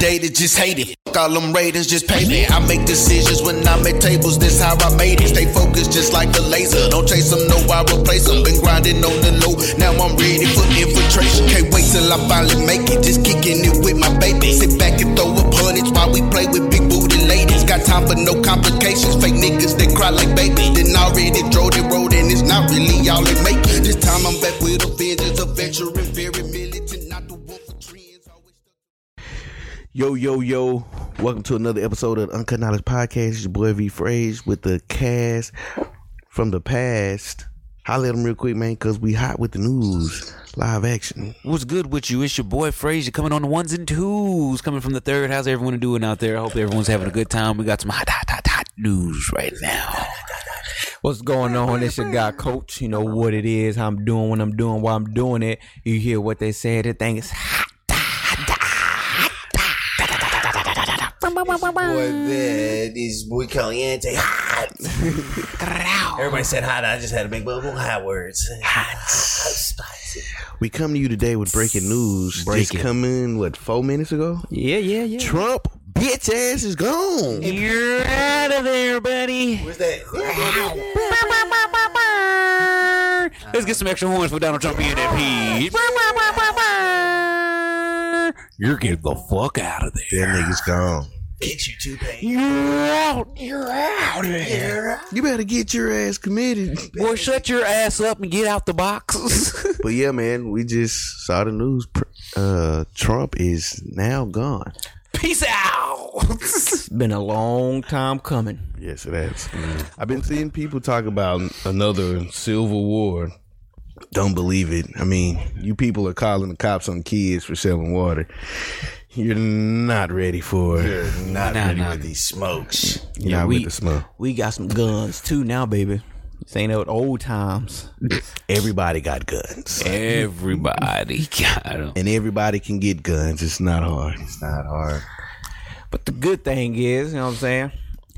dated, just hate it. Fuck all them ratings, just pay me. I make decisions when I'm at tables, this how I made it. Stay focused just like the laser. Don't chase them, no, I replace them. Been grinding on the low, now I'm ready for infiltration. Can't wait till I finally make it. Just kicking it with my baby. Sit back and throw up hundreds while we play with big booty ladies. Got time for no complications. Fake niggas, they cry like baby. Then already drove the road, and it's not really all it make. This time I'm back with a vengeance, a veteran, very militant, not the wolf of trends. Always Yo, yo, yo. Welcome to another episode of the Uncut Knowledge Podcast. It's your boy V Phrase with the cast from the past. Holler at them real quick, man, because we hot with the news. Live action. What's good with you? It's your boy Frazier coming on the ones and twos, coming from the third. How's everyone doing out there? I hope everyone's having a good time. We got some hot, hot, hot, hot news right now. What's going on? It's your guy, Coach. You know what it is. How I'm doing what I'm doing while I'm doing it. You hear what they said. The thing is hot. boy bed is muy caliente. Hot. Everybody said hot. I just had to make my own hot words. Hot. Spicy. We come to you today with breaking news. Breaking. Just come in, what, four minutes ago? Yeah, yeah, yeah. Trump, bitch ass is gone. You're out of there, buddy. Where's that? Let's get some extra horns for Donald Trump being that peach. You're getting the fuck out of there. That nigga's gone. Get you two pain. You're out. You're out of there. You better get your ass committed. Boy, shut your ass up and get out the box. but yeah, man, we just saw the news. Pr- Uh, Trump is now gone. Peace out. It's been a long time coming. Yes, it has. I've been seeing people talk about another civil war. Don't believe it. I mean, you people are calling the cops on kids for selling water. You're not ready for it. You're not Nah, ready nah. with these smokes. You're Yeah, not we- with the smoke. We got some guns too now, baby. This ain't old, old times. Everybody got guns, Everybody got him. and everybody can get guns. It's not hard. It's not hard. But the good thing is, you know what I'm saying?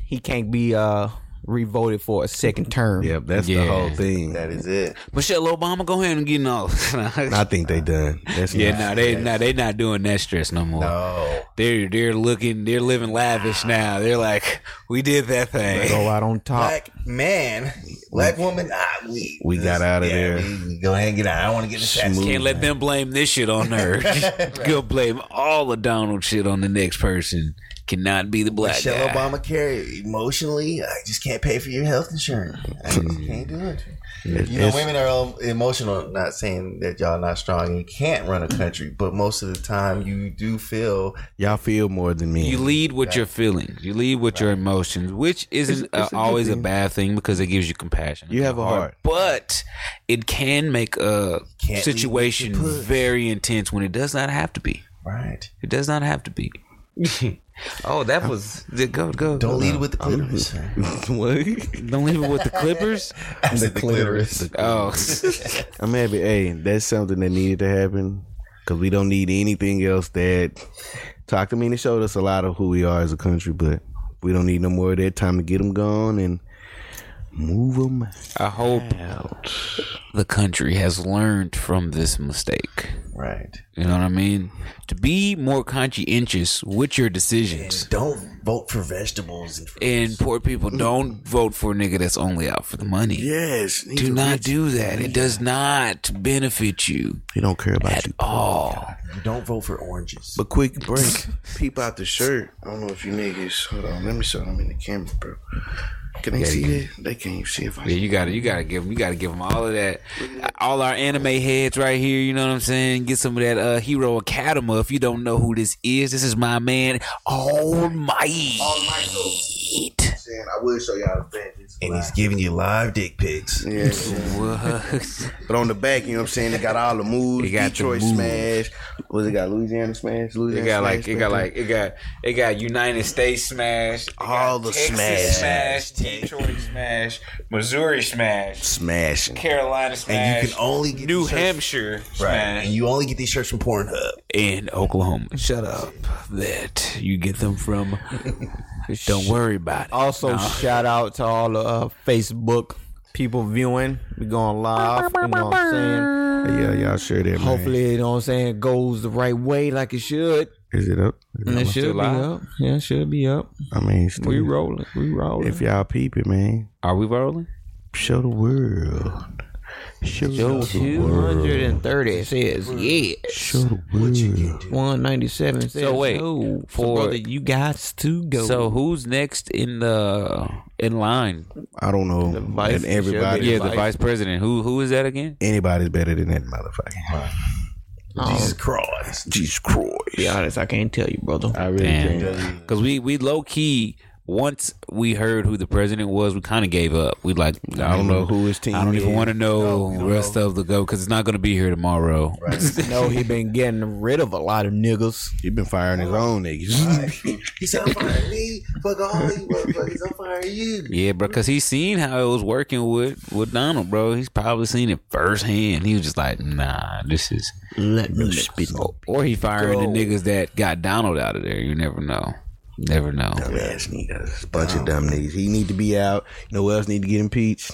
He can't be uh revoted for a second term. Yep, that's Yeah. the whole thing. That is it. Michelle Obama, go ahead and get off. I think they done. That's yeah, not- no, they no, they not doing that stress no more. Oh. They're they're looking, they're living lavish now. They're like, we did that thing. Go out on top. Black man, black woman, ah, we We got out of there. We, we go ahead and get out. I don't want to get assassinated. Can't let them blame this shit on her. Go blame all the Donald shit on the next person. Cannot be the black Michelle guy. Obamacare emotionally, I just can't pay for your health insurance. I just can't do it. You know, it's- women are um, emotional. Not saying that y'all not strong and you can't run a country, but most of the time you do feel Y'all feel more than me. You lead with your feelings. You lead with your emotions, which isn't uh, always a bad thing because it gives you compassion. You have a heart. but it can make a Can't lead with situation your puss. very intense when it does not have to be. right. It does not have to be. oh, that was go go. Don't lead with the clitoris. what? Don't leave it with the Clippers. I said the clitoris. Oh, I'm happy. Hey, that's something that needed to happen because we don't need anything else that talk to me and showed us a lot of who we are as a country, but we don't need no more of that time to get them gone and move them I hope out. the country has learned from this mistake. Right. You know what I mean? To be more conscientious with your decisions. Don't vote for vegetables. And And poor people don't vote for a nigga that's only out for the money. Yes, Do not do that. It does not benefit you He don't care about at you. all. don't vote for oranges. But quick break. Peep out the shirt. I don't know if you niggas. Hold on, let me show them in the camera, bro. Can they see that? They can't even see if I. Yeah, you gotta, you gotta give them, you gotta give them all of that, all our anime heads right here. You know what I'm saying? Get some of that uh, Hero Academy. If you don't know who this is, this is my man All Might. Man, I will show y'all the back. It's and live. he's giving you live dick pics. Yeah. What? But on the back, you know what I'm saying? It got all the moves. It got the Detroit moves. Smash. Was it got Louisiana Smash? Louisiana It got Smash like, it got like, it got, it got United States Smash, it got All the Texas smash. Smash, Detroit Smash, Missouri Smash, smashing. Carolina Smash, And you can only get New these shirts- Hampshire Right. Smash. And you only get these shirts from Pornhub. in Oklahoma. Shut up. That you get them from. Don't worry about it. Also, shout out to all the uh, Facebook people viewing. We going live. You know what I'm saying? Yeah, y'all share that. man. Hopefully, you know what I'm saying, goes the right way like it should. is it up? And it should still be live? up. Yeah, it should be up. I mean, still, We rolling. We rolling. If y'all peep it, man, Are we rolling? show the world. Show, the world. 230 says yes. Show the world. 197 says So wait, no. for- so brother, you got to go. So who's next in the in line? I don't know. vice and everybody, should Yeah, the vice president. Who who is that again? anybody's better than that motherfucker. Jesus Christ. Jesus Christ. be honest, I can't tell you, brother. I really can't. Damn. Because we we low key. Once we heard who the president was, we kind of gave up. We like, I don't know who his team I don't even is. want to know the rest of the go because it's not going to be here tomorrow. no, he been getting rid of a lot of niggas. He been firing his own niggas. He said, I'm firing me. Fuck all you motherfuckers. I'm firing you. Yeah, bro, because he's seen how it was working with with Donald, bro. He's probably seen it firsthand. He was just like, nah, this is. Let me spit up. Or he firing the niggas that got Donald out of there. You never know. Never know. Dumbass niggas. Bunch of dumb niggas. He need to be out. You know who else need to get impeached?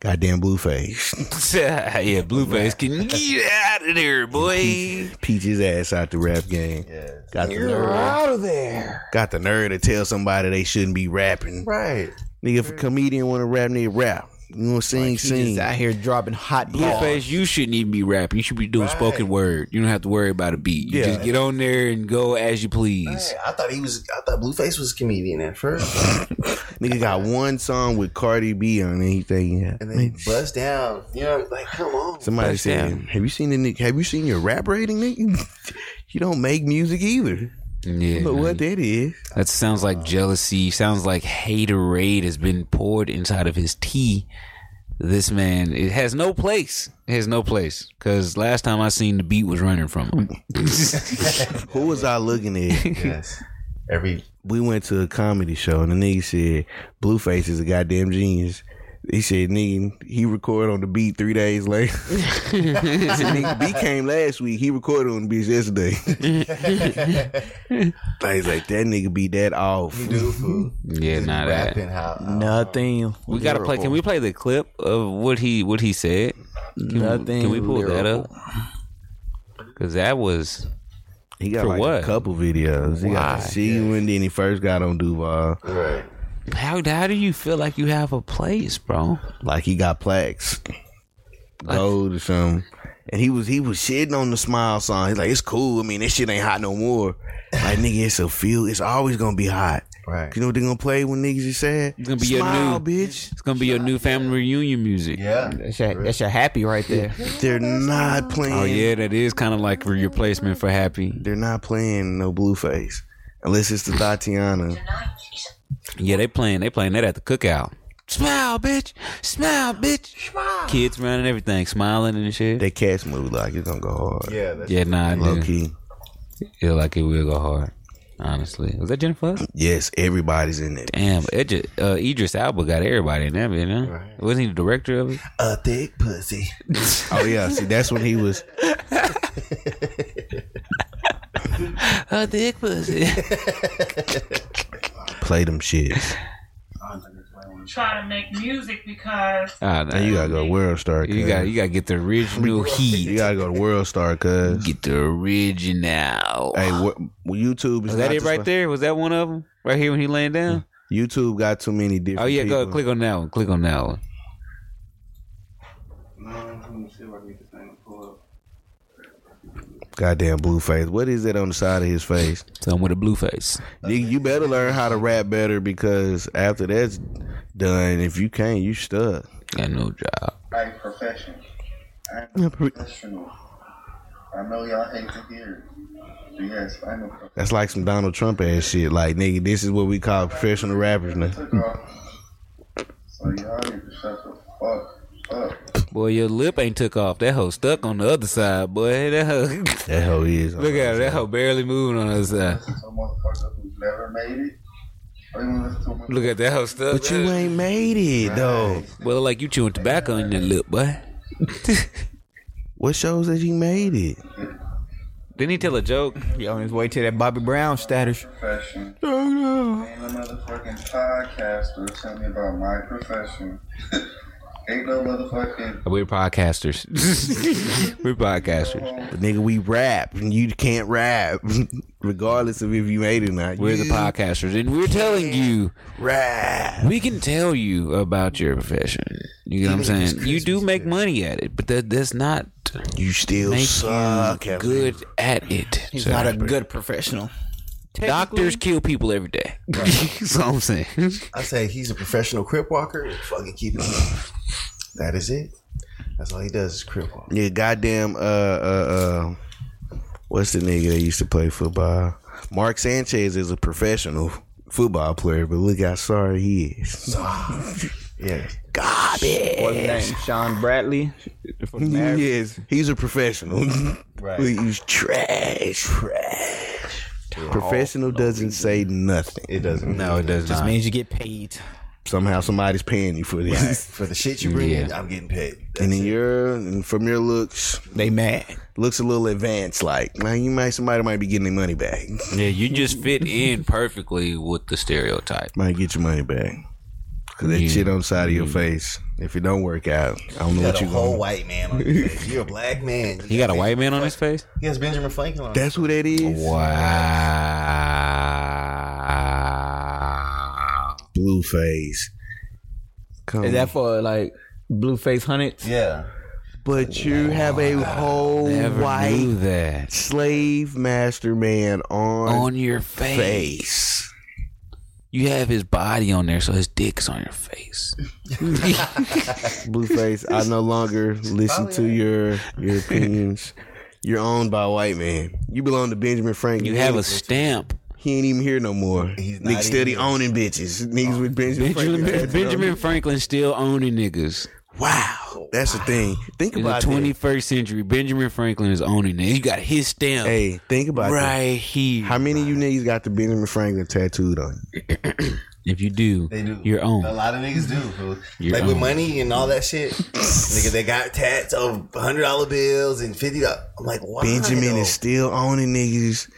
Goddamn Blueface. yeah, Blueface can get out of there, boy. Peach his ass out the rap game. Got the nerve. Out of there. Got the nerve to tell somebody they shouldn't be rapping. Right. Nigga, if a comedian want to rap, nigga rap. You know, sing, He's sing. out here dropping hot bars. Blueface, you shouldn't even be rapping. You should be doing spoken word. You don't have to worry about a beat. You Yeah. just get on there and go as you please. Hey, I thought he was. I thought Blueface was a comedian at first, Nigga got one song with Cardi B on it. He thinking, yeah. and then he bust down. You know, like come on. Somebody said, "Have you seen the Nick? Have you seen your rap rating, nigga? you don't make music either. Yeah, But what Uh, that is? that sounds like jealousy. Sounds like haterade has been poured inside of his tea. This man, it has no place. It has no place. Because last time I seen the beat was running from him. Who was I looking at? yes. Every we went to a comedy show, and the nigga said, "Blueface is a goddamn genius." He said, "Nigga, he recorded on the beat three days later." he said, "Nigga, the beat came last week. He recorded on the beat yesterday." Things like that, nigga, be that off. dude food yeah, not that. rapping how Nothing. We gotta play. Can we play the clip of what he what he said? Can, Nothing Can we pull that up? Because that was He got For like what? a couple videos. He got Why? to see you, and then he first got on Duval. right. how. How do you feel like you have a place, bro? like he got plaques, gold or something. And he was he was shitting on the smile song. He's like, it's cool. I mean, this shit ain't hot no more. Like nigga, it's a feel. It's always gonna be hot. Right. You know what they gonna play when niggas is sad? It's gonna be your Smile, new- bitch. It's gonna be your new family reunion music. Yeah. That's your, that's your happy right there. They're not playing. Oh yeah, that is kind of like a replacement for happy. They're not playing no Blueface unless it's the Tatiana. Yeah, they playing. They playing that at the cookout. Smile, bitch. Smile, bitch. Kids running everything, smiling and shit. That cat's movie like it's gonna go hard. Yeah. That's, yeah, nah, I Low do. key. Feel like it will go hard. Honestly, was that Jennifer? Hudson? Yes, everybody's in it. Damn, Idris, uh, Idris Alba got everybody in that, you know? Wasn't he the director of it? A thick pussy. Oh yeah. See, that's when he was Her dick pussy. play them shits. try to make music because Ah, nah, And you you, gotta go world star. you cuz. got you got to get the original You heat. gotta go to World Star, cuz. Get the original. Hey, what, YouTube is was that not it the right sp- there? Was that one of them right here when he laying down? YouTube got too many different. Oh yeah, go people. click on that one. Click on that one. Goddamn Blueface. What is that on the side of his face? Something with a blue face. Nigga, you better learn how to rap better because after that's done, if you can't, you stuck. Got no job. I ain't profession. I am a professional. I know y'all hate to hear it. But yes, I'm a professional. That's like some Donald Trump ass shit. Like nigga, this is what we call professional rappers now. So y'all need to shut the fuck up. Boy, your lip ain't took off. That hoe stuck on the other side, boy. That hoe. Look That hoe is. at her. That hoe barely moving on the other side. So motherfucker who's never made it. Or you wanna listen to a motherfucker Look at that hoe stuck. But you ain't made it though. Well, like you chewing tobacco in your lip, boy. What shows that you made it? Didn't he tell a joke? He on his way to that Bobby Brown status. profession. Ain't a motherfucking podcaster tell me about my profession. Ain't no motherfucking. We're podcasters. We're podcasters. But nigga, we rap and you can't rap, regardless of if you made it or not. We're the You podcasters, and we're telling you Rap. we can tell you about your profession. You know what I'm saying? You do make money at it, but that that's not You still make suck. you at good at it. He's So, not a good professional. doctors kill people every day. that's all I'm saying. I say he's a professional crip walker. Fucking keep it. up. That is it. That's all he does is crip walk. Yeah, goddamn. Uh, uh, uh, what's the nigga that used to play football? Mark Sanchez is a professional football player, but look how sorry he is. Yeah. What's his name? Sean Bradley. For the Mavericks. yes, he's a professional. Right. He's trash, trash. Professional doesn't say nothing. It doesn't. No, it does Just not. means you get paid. Somehow somebody's paying you for this, For the shit you bring in, Yeah. I'm getting paid. and then you're and from your looks, They mad. looks a little advanced. Like, man, you might somebody might be getting their money back. Yeah, you just fit in perfectly with the stereotype. might get your money back. Cause that Yeah. shit on the side of your face. If it don't work out, I don't know You what got a you whole going. white man on your face. You're a black man. He got a white man on his face. He has Benjamin Franklin on. That's who that is. Wow. Blueface. Come. Is that for like Blueface Hunnits? yeah. but you have a whole Never white knew that slave master man on, on your face. face. You have his body on there, so his dick's on your face. Blueface, I no longer listen to your your opinions. You're owned by a white man. You belong to Benjamin Franklin. You have He- a stamp. He ain't even here no more. He's not Niggas steady even- owning bitches. Niggas with Benjamin, Benjamin, Franklin. Benjamin Franklin still owning niggas. Oh, Wow, that's the thing. Think In the about twenty that. first century, Benjamin Franklin is owning niggas. You got his stamp Hey, think about that. right here. How many of you niggas got the Benjamin Franklin tattooed on? you? if you do, They do. your own. A lot of niggas do. fool. Your like with own. money and all that shit. nigga, they got tats of hundred dollar bills and fifty dollars. I'm like, why? Benjamin though? is still owning niggas,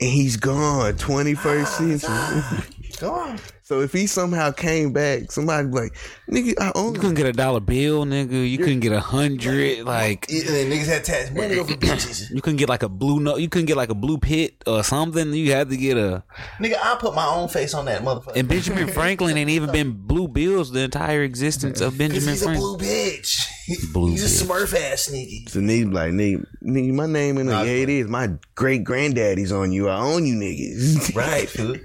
and he's gone. Twenty first Ah, century. Go on. So if he somehow came back, somebody be like, nigga, I own. You couldn't get a dollar bill, nigga. You couldn't get a hundred. Like And then niggas had tats money over bitches. you couldn't get like a blue note. You couldn't get like a blue pit or something. You had to get a. Nigga, I put my own face on that motherfucker. And Benjamin Franklin ain't even been blue bills the entire existence of 'Cause Benjamin he's a Franklin. blue bitch. Blue he's a bitch. smurf ass nigga. So niggas be like, nigga, nigga, my name in the yeah, it is. My great granddaddy's on you. I own you, niggas. Right, dude.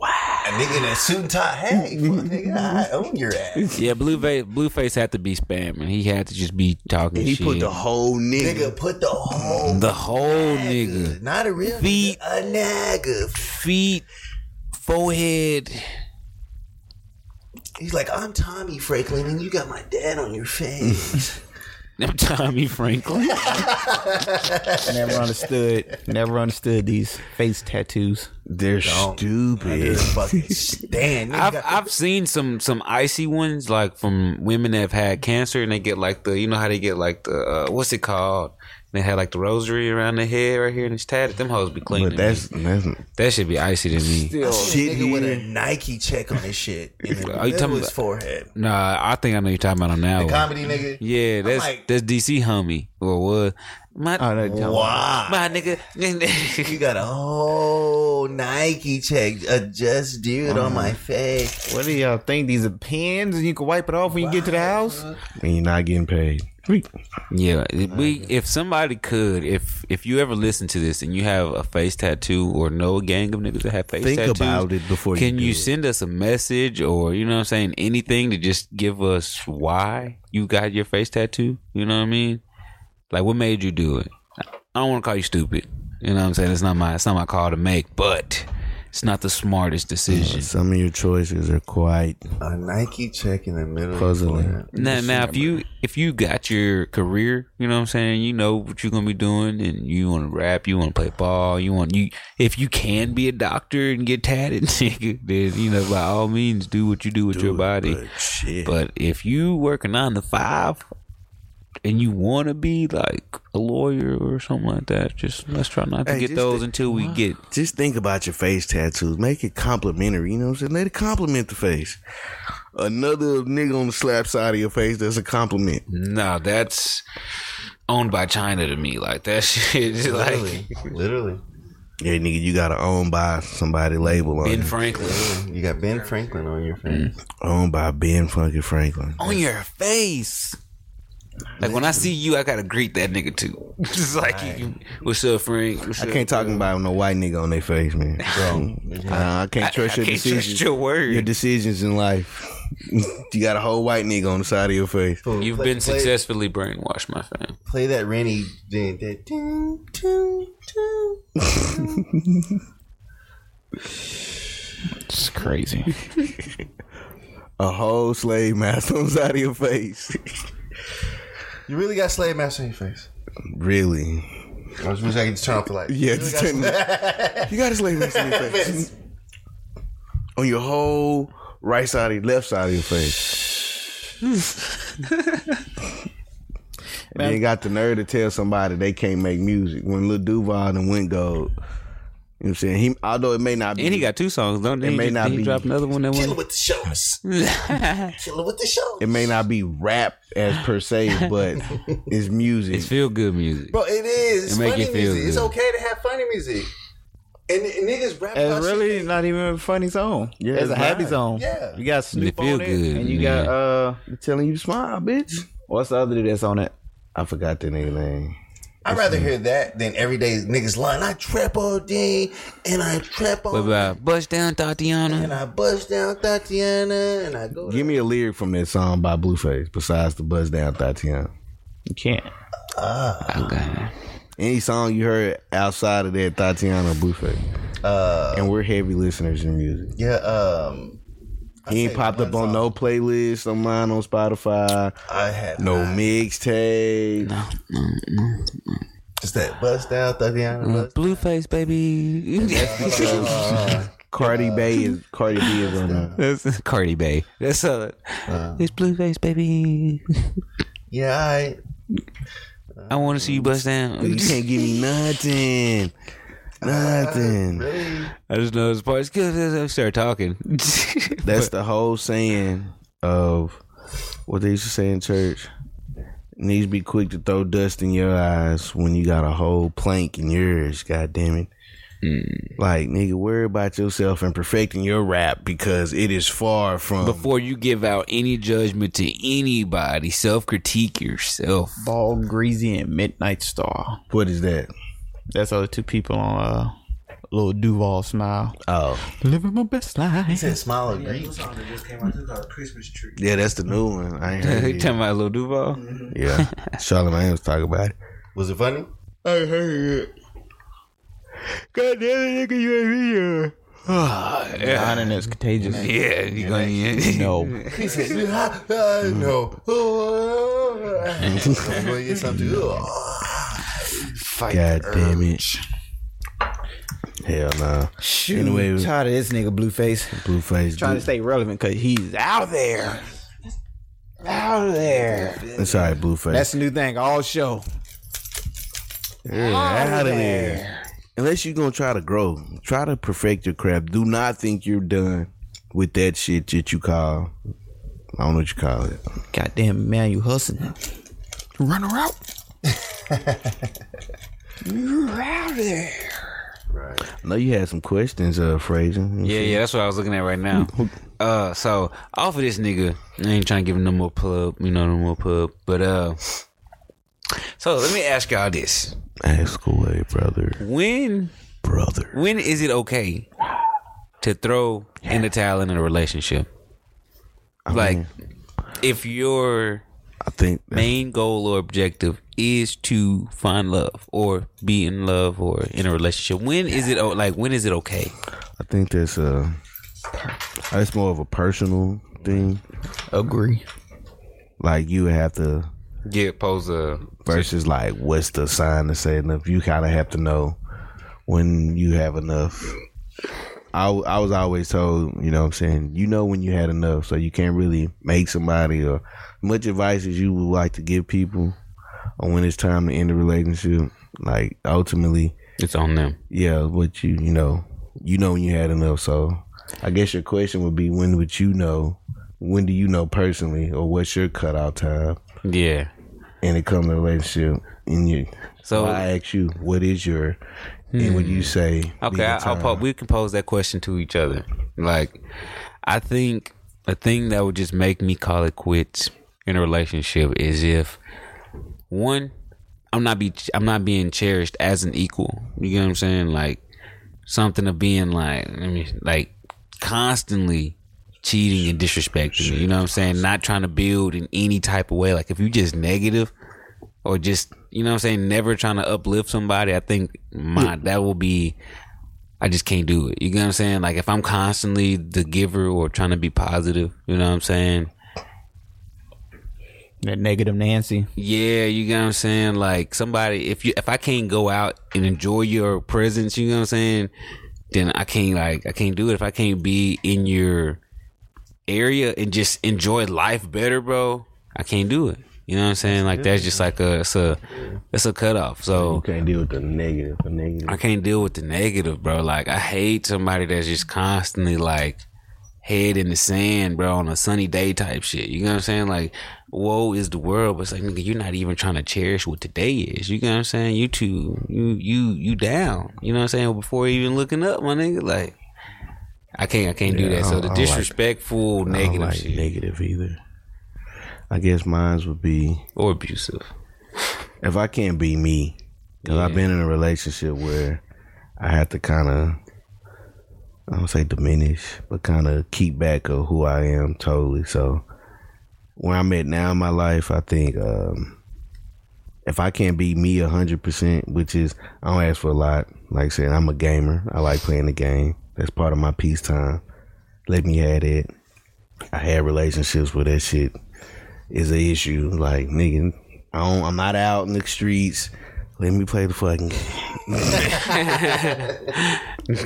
Wow. A nigga in a suit and tie. Hey, fuck, nigga, I own your ass. Yeah, Blueface Blueface had to be spamming. He had to just be talking he shit. put the whole nigga. nigga, put the whole The whole nigga. Not a real Feet. nigga, a nigga. Feet, forehead. He's like, I'm Tommy Franklin, and you got my dad on your face. I'm Tommy Franklin. Never understood. Never understood these face tattoos. They're You're stupid. fucking stand. Nigga I've got I've seen some some icy ones like from women that have had cancer and they get like the you know how they get like the uh, what's it called? They had like the rosary around their head right here and it's tatted. Them hoes be clean. But that's that's that should be icy to me. shit. nigga with a here. Nike check on his shit. In the Are you middle talking of his about- Oh. forehead. Nah, I think I know you're talking about on now. Comedy nigga. Yeah, that's like- that's DC homie or what? My Oh, Wow. my nigga. You got a whole Nike check, a just dude Uh-huh. on my face. What do y'all think? These are pins, and you can wipe it off when you get to the house. And you're not getting paid. yeah, if we if somebody could, if if you ever listen to this and you have a face tattoo or know a gang of niggas that have face Think tattoos, about it before you Can do you it. send us a message or you know what I'm saying anything to just give us why you got your face tattoo? You know what I mean? Like what made you do it? I don't want to call you stupid. You know what I'm saying? It's not my it's not my call to make, but it's not the smartest decision. Some of your choices are quite A Nike check in the middle Puzzling. of his forehead. Now, now if you if you got your career, you know what I'm saying, you know what you're gonna be doing and you wanna rap, you wanna play ball, you want you if you can be a doctor and get tatted, nigga, then you know, by all means do what you do with your body. But shit. But if you working on the five and you want to be like a lawyer or something like that, just let's try not to Hey, get just those thi- until we get. Just think about your face tattoos. Make it complimentary. You know what I'm saying? Let it compliment the face. Another nigga on the slap side of your face that's a compliment. Nah, that's owned by China to me. Like that shit, is like Literally. Yeah, nigga, you gotta own by somebody label on Ben you. Franklin You got Ben Franklin on your face. owned by Ben fucking Franklin. on your face. Like when I see you, I gotta greet that nigga too. Just like, you- what's up, Frank? What's I up? can't talk about no white nigga on their face, man. Bro, I, I can't trust I your can't decisions. trust your word. your decisions in life. you got a whole white nigga on the side of your face. You've Play- been play- successfully brainwashed, my friend. Play that Randy. That, that, ding, ding, ding. It's crazy. A whole slave master on the side of your face. You really got slave master on your face. really? I was wish I could just turn off the light. Yeah, just turn- you got a slave master on your face. on your whole right side of your left side of your face. and then got the nerve to tell somebody they can't make music when Lil Duval and Went Gold. You know what I'm saying? He although it may not be And he got two songs, don't It they? may He, not he be- dropped another one that Killing one. with the shows. Killing with the shows. it may not be rap as per se, but it's music. It's feel good music. Bro, it is. It's It make funny you feel music. It's good. okay to have funny music. And, and niggas rap about It's shit really not even a funny song. Yeah, it's, it's a happy not. song. Yeah. you got Snoop feel on it, good, and you man. got uh, I'm telling you to smile, bitch. what's the other dude that's on it? I forgot the nigga name. I'd rather hear that than everyday niggas lying. I trap all day and I trap all What about Bust Down and Tatiana? I bust down Tatiana and I go. Give me a lyric from that song by Blueface besides the Buzz Down Tatiana. You can't. Oh, Okay. Any song you heard outside of that Tatiana or Blueface. and we're heavy listeners in music. yeah, um, He ain't popped up on no playlist on mine on Spotify. I had No mixtape. just that bust down Tatiana. Mm. Bust. Blueface, baby. Cardi Bay is Cardi B is on there. That's Cardi B. That's uh, it's Blueface, baby. Yeah, I I want to see you bust down. You can't give me nothing. Nothing. really I just know this part. Because I started talking. That's the whole saying of what they used to say in church. Needs to be quick to throw dust in your eyes when you got a whole plank in yours. God damn it. Like, nigga, worry about yourself and perfecting your rap because it is far from. Before you give out any judgment to anybody, self critique yourself. Ball Greasy and Midnight Star. what is that? That's all the two people on uh, Little Duval Smile. Oh. Living my best life. said smile and greet. Yeah, that's the new one. I ain't heard Every it. time I Lil Duval. Yeah. Charlamagne was talking about it. Was it funny? I heard it. God damn it, nigga, you ain't here. Mine is contagious. Yeah, you gonna No. He said, "Ah, ah, no. Oh, ah." I'm going to get something. Oh. God damn it. Hell no. Shoot, Anyway- tired of this nigga Blueface. Blueface. Trying to Blue- stay relevant because he's out there. Out there. it's all right, Blueface. That's the new thing. All show. out of there. Unless you're gonna try to grow, try to perfect your craft. Do not think you're done with that shit that you call. I don't know what you call it. Goddamn man, you hustling. Run her out. You're out there. I know you had some questions, uh, Fraser. Yeah, yeah, that's what I was looking at right now. Uh, so off of this nigga, I ain't trying to give him no more pub, you know, no more pub. But uh, so let me ask y'all this: Ask away, brother. when Brother. when is it okay to throw in the towel in a relationship? Like, if your I think that's main goal or objective is to find love or be in love or in a relationship, when is it o- like when is it okay? I think that's uh that's more of a personal thing. Agree. Like you have to Yeah, pose a versus like what's the sign to say enough. You kind of have to know when you have enough. I, w- I was always told, you know what I'm saying, you know when you had enough, so you can't really make somebody or much advice as you would like to give people. or when it's time to end the relationship. Like ultimately, It's on them. yeah, what you you know, you know when you had enough. So I guess your question would be when would you know? When do you know personally, or what's your cutout time? Yeah. And it comes to relationship, and you. So So- I ask you, what is your? And would you say? be Okay, the I, I'll time? po- we can pose that question to each other. Like, I think a thing that would just make me call it quits in a relationship is if one, I'm not be I'm not being cherished as an equal. You get what I'm saying? Like something of being like I mean, like constantly cheating and disrespecting me. You know what I'm saying? Not trying to build in any type of way. Like if you just negative or just you know what I'm saying, never trying to uplift somebody, I think my that will be I just can't do it. You get what I'm saying? Like if I'm constantly the giver or trying to be positive, you know what I'm saying? That negative Nancy. Yeah, you get what I'm saying? Like somebody if you if I can't go out and enjoy your presence, you know what I'm saying, then I can't like I can't do it. If I can't be in your area and just enjoy life better, bro, I can't do it. You know what I'm saying? Like that's just like a it's a it's a cutoff. So You can't deal with the negative. The negative. I can't deal with the negative, bro. Like I hate somebody that's just constantly like head in the sand, bro, on a sunny day type shit. You know what I'm saying? Like, woe is the world, but it's like, nigga, you're not even trying to cherish what today is. You know what I'm saying? You too, you you you down. You know what I'm saying? Before even looking up, my nigga, like. I can't, I can't do Yeah, that. I So don't- the I don't like- disrespectful, I don't negative like shit, negative either. I guess mines would be or abusive. if I can't be me, because I've been in a relationship where I had to kind of, I don't say diminish, but kind of keep back of who I am totally. So where I'm at now in my life, I think um, if I can't be me 100%, which is, I don't ask for a lot. Like I said, I'm a gamer. I like playing the game. That's part of my peace time. Let me have it. I had relationships where that shit is an issue. Like, nigga, I don't, I'm not out in the streets. Let me play the fucking game.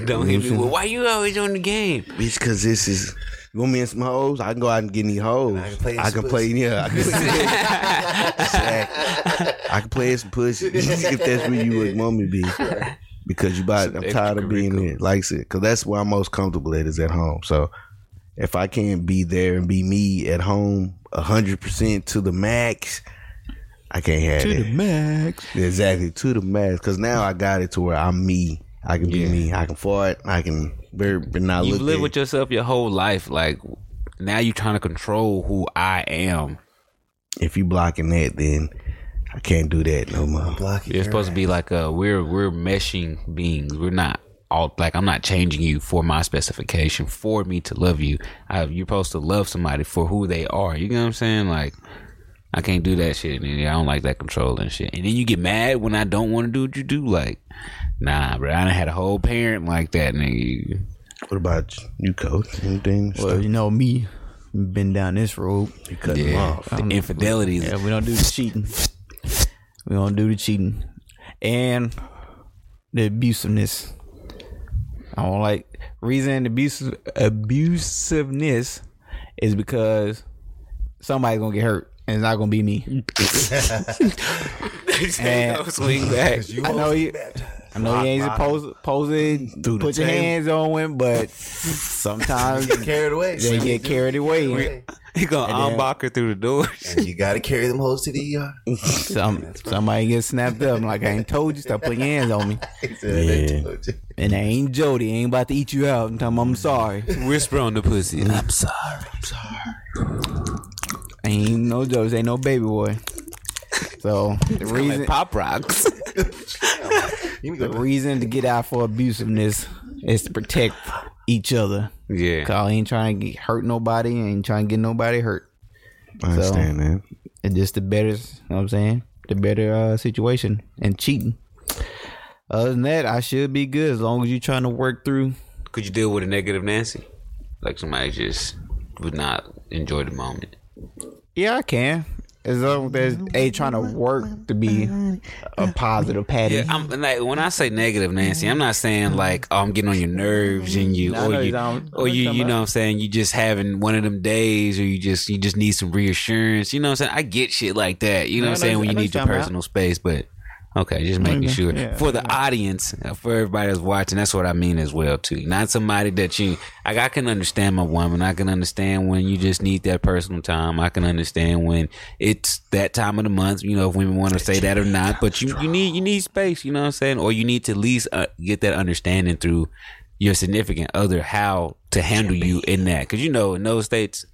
Don't hit me with why you always on the game. Bitch, cause this is you want me in some hoes? I can go out and get any hoes. I can play play, in I some can play yeah, I can Exactly. I can play in some pussy if that's where you would want me to be. Because you about I'm tired of being here. Like I said, cause that's where I'm most comfortable at is at home. So if I can't be there and be me at home hundred percent to the max, I can't have it. max. Exactly to the max, because now I got it to where I'm me. I can be me. I can fart. I can very but not You've look. lived at- with yourself your whole life. Like now you're trying to control who I am. if you blocking that, then I can't do that no more. Block it. You're supposed to be like uh we're we're meshing beings. We're not all like I'm not changing you for my specification for me to love you. I, you're supposed to love somebody for who they are. You know what I'm saying? Like I can't do that shit, and I don't like that control and shit. And then you get mad when I don't want to do what you do. Like nah, bro. I done had a whole parent like that, nigga. What about you, coach? Anything? Well, you know me, been down this road. you cut them Yeah, off. the infidelities. Yeah, we don't do the cheating. We don't do the cheating, and the abusiveness. I don't like reason abusive abusiveness is because somebody's gonna get hurt and it's not gonna be me. and Swing back. I know you. I know you ain't supposed posing, Through the put your table. hands on him, but sometimes Carried away. they get carried away. He gonna unblock her through the door. You gotta carry them hoes to the ER. Some somebody gets snapped up. I'm like I ain't told you, stop putting your hands on me. He said, "I Yeah. told you." And I ain't Jody. Ain't about to eat you out. I'm talking, I'm sorry. Whisper on the pussy. I'm sorry. Ain't no Jody. Ain't no baby boy. So the reason, Pop rocks. the reason to get out for abusiveness is to protect each other. Yeah. Cause I ain't trying to get, hurt nobody. I ain't trying to get nobody hurt. I understand that. It's just the better. You know what I'm saying the better uh, situation and cheating. Other than that, I should be good as long as you're trying to work through. Could you deal with a negative Nancy? Like somebody just would not enjoy the moment. Yeah, I can. As long as they trying to work to be a positive Patty. Yeah, I'm like when I say negative Nancy, I'm not saying like oh, I'm getting on your nerves and you No, or no, you you don't. or you you know what I'm saying you just having one of them days or you just you just need some reassurance. You know what I'm saying? I get shit like that. You know No, what I I'm know saying you- when I you know need you're your talking about. personal space, but okay, just making sure yeah, for the audience uh, for everybody that's watching. That's what I mean as well too. Not somebody that you like. I can understand my woman. I can understand when you just need that personal time. I can understand when it's that time of the month. You know if women want to say that or not, but you, you need you need space. You know what I'm saying, or you need to at least uh, get that understanding through your significant other how to handle you in that because you know in those states.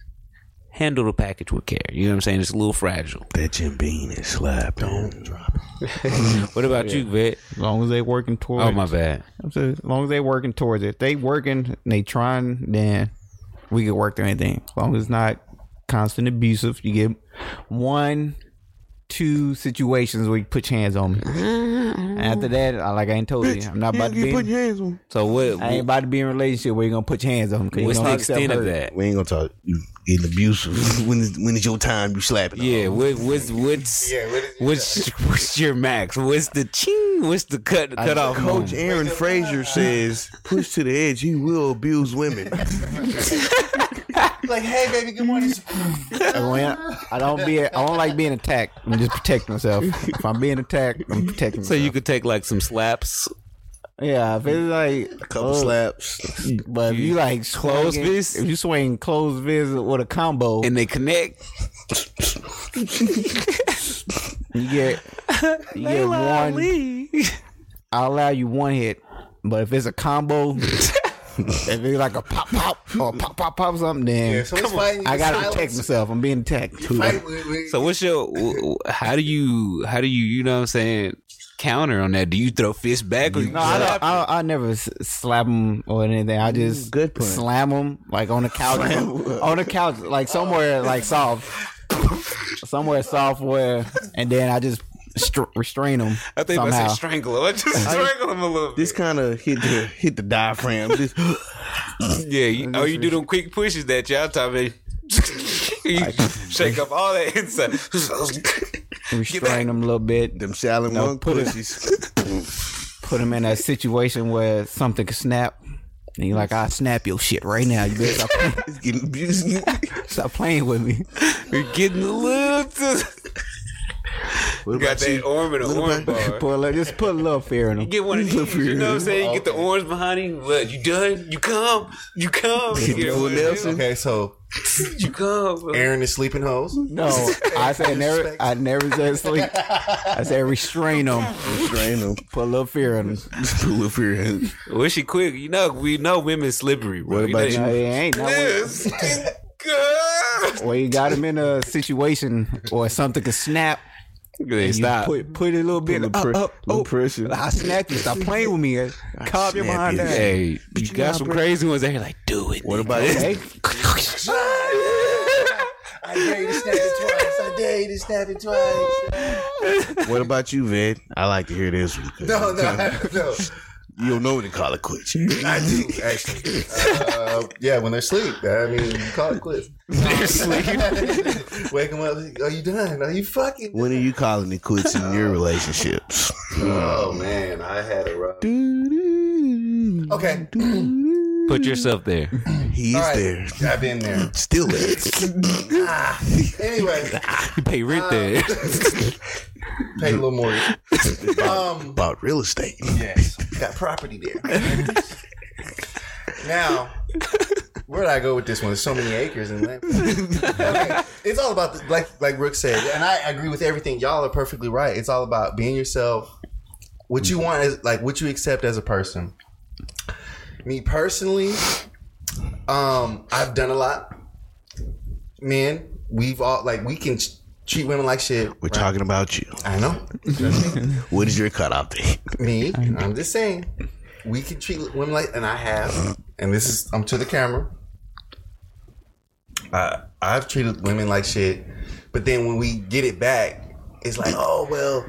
Handle the package with care. You know what I'm saying? It's a little fragile. That Jim Bean is slapped on. What about you, Vet? As long as they working towards. Oh my bad. I'm saying, as long as they working towards it. If they working and they trying, then we can work through anything. As long as it's not constant abusive. You get one, two situations where you put your hands on me. And after that, I like I ain't told you. I'm not about to be in, hands on. So what? I ain't about to be in a relationship where you're gonna put your hands on me. 'cause you What's know the I'm extent of that? We ain't gonna talk. You getting abusive. when is when is your time? You slapping? Yeah, what, what's what's what's what's your max? What's the ching? What's the cut cut off? Coach moment? Aaron Frazier says, "Push to the edge. You will abuse women." Like, hey, baby, good morning. When I don't be, I don't like being attacked. I'm just protecting myself. If I'm being attacked, I'm protecting. So you could take like some slaps, yeah. If it's like Couple slaps. But if you like close Closed fist? fist, if you swing closed fist with a combo, and they connect. you get you get one. I'll allow you one hit, but if it's a combo, if it's like a pop pop or pop pop pop something, then I gotta protect myself. I'm being attacked. So what's your? wh- wh- How do you? How do you? You know what I'm saying? Counter on that? Do you throw fists back or you No, I, slap? don't, I, I never s- slap them or anything. Mm, I just good point. slam them like on the couch, on the couch, like somewhere like soft, somewhere soft where, and then I just str- restrain them I think I somehow. said strangle. him. I just strangle him a little. Bit. This kind of hit the hit the diaphragm. Just Yeah. You, oh, you do them quick pushes that y'all talking. you shake up all that inside. restrain them a little bit, them Shaolin No, monk put it- pussies. put them in a situation where something can snap. And you're like, I'll snap your shit right now. You better stop, playing- It's getting abused. stop playing with me. You're getting a little. Too- What You got about that you? arm and an What arm about- bar. Put a little- just put a little fear in them. Get one of these. You know what I'm saying? You get the orange behind you. What? You done? You come. You come. You get Full one of Nelson. Okay, so them. You come. Aaron is sleeping hoes. No, I said never. I never said sleep. I said restrain them. Drain them. Put a little fear in them. Pull up here. and- Well, she quick. You know, we know women slippery. Bro. What about No, know, it ain't. Not when, This. Good. when you got them in a situation or something could snap. They You stop. Put, put it a little bit Little up, pre- up, little oh, pressure. I snap you. Stop playing with me. Cobb your snap behind you. that. Hey, you got some crazy ones that are like, do it. What about Hey, this? I dare you to snap it twice. I dare you to snap it twice. What about you, Vid? I like to hear this. one. No, no, no. You don't know when to call it quits. I do actually. Uh, yeah, when they're asleep. I mean, you call it quits. They're asleep. Wake them up. Are you done? Are you fucking? When are you calling it quits in your relationships? Oh man, I had a rough. Okay, Put yourself there. He's all right. there. I've been there. Still there. Anyway, You pay rent there. paid a little more. Um, About real estate. yes, got property there. now, where did I go with this one? There's so many acres and land. Okay, it's all about the, like like Rook said, and I agree with everything. Y'all are perfectly right. It's all about being yourself. What you want is like what you accept as a person. Me personally, um, I've done a lot. Men, we've all like we can ch- treat women like shit. We're right? talking about you. I know. What is your cutoff date? Me, I'm just saying, we can treat women like, and I have, and this is, I'm to the camera. I, I've treated women like shit, but then when we get it back, it's like, oh well,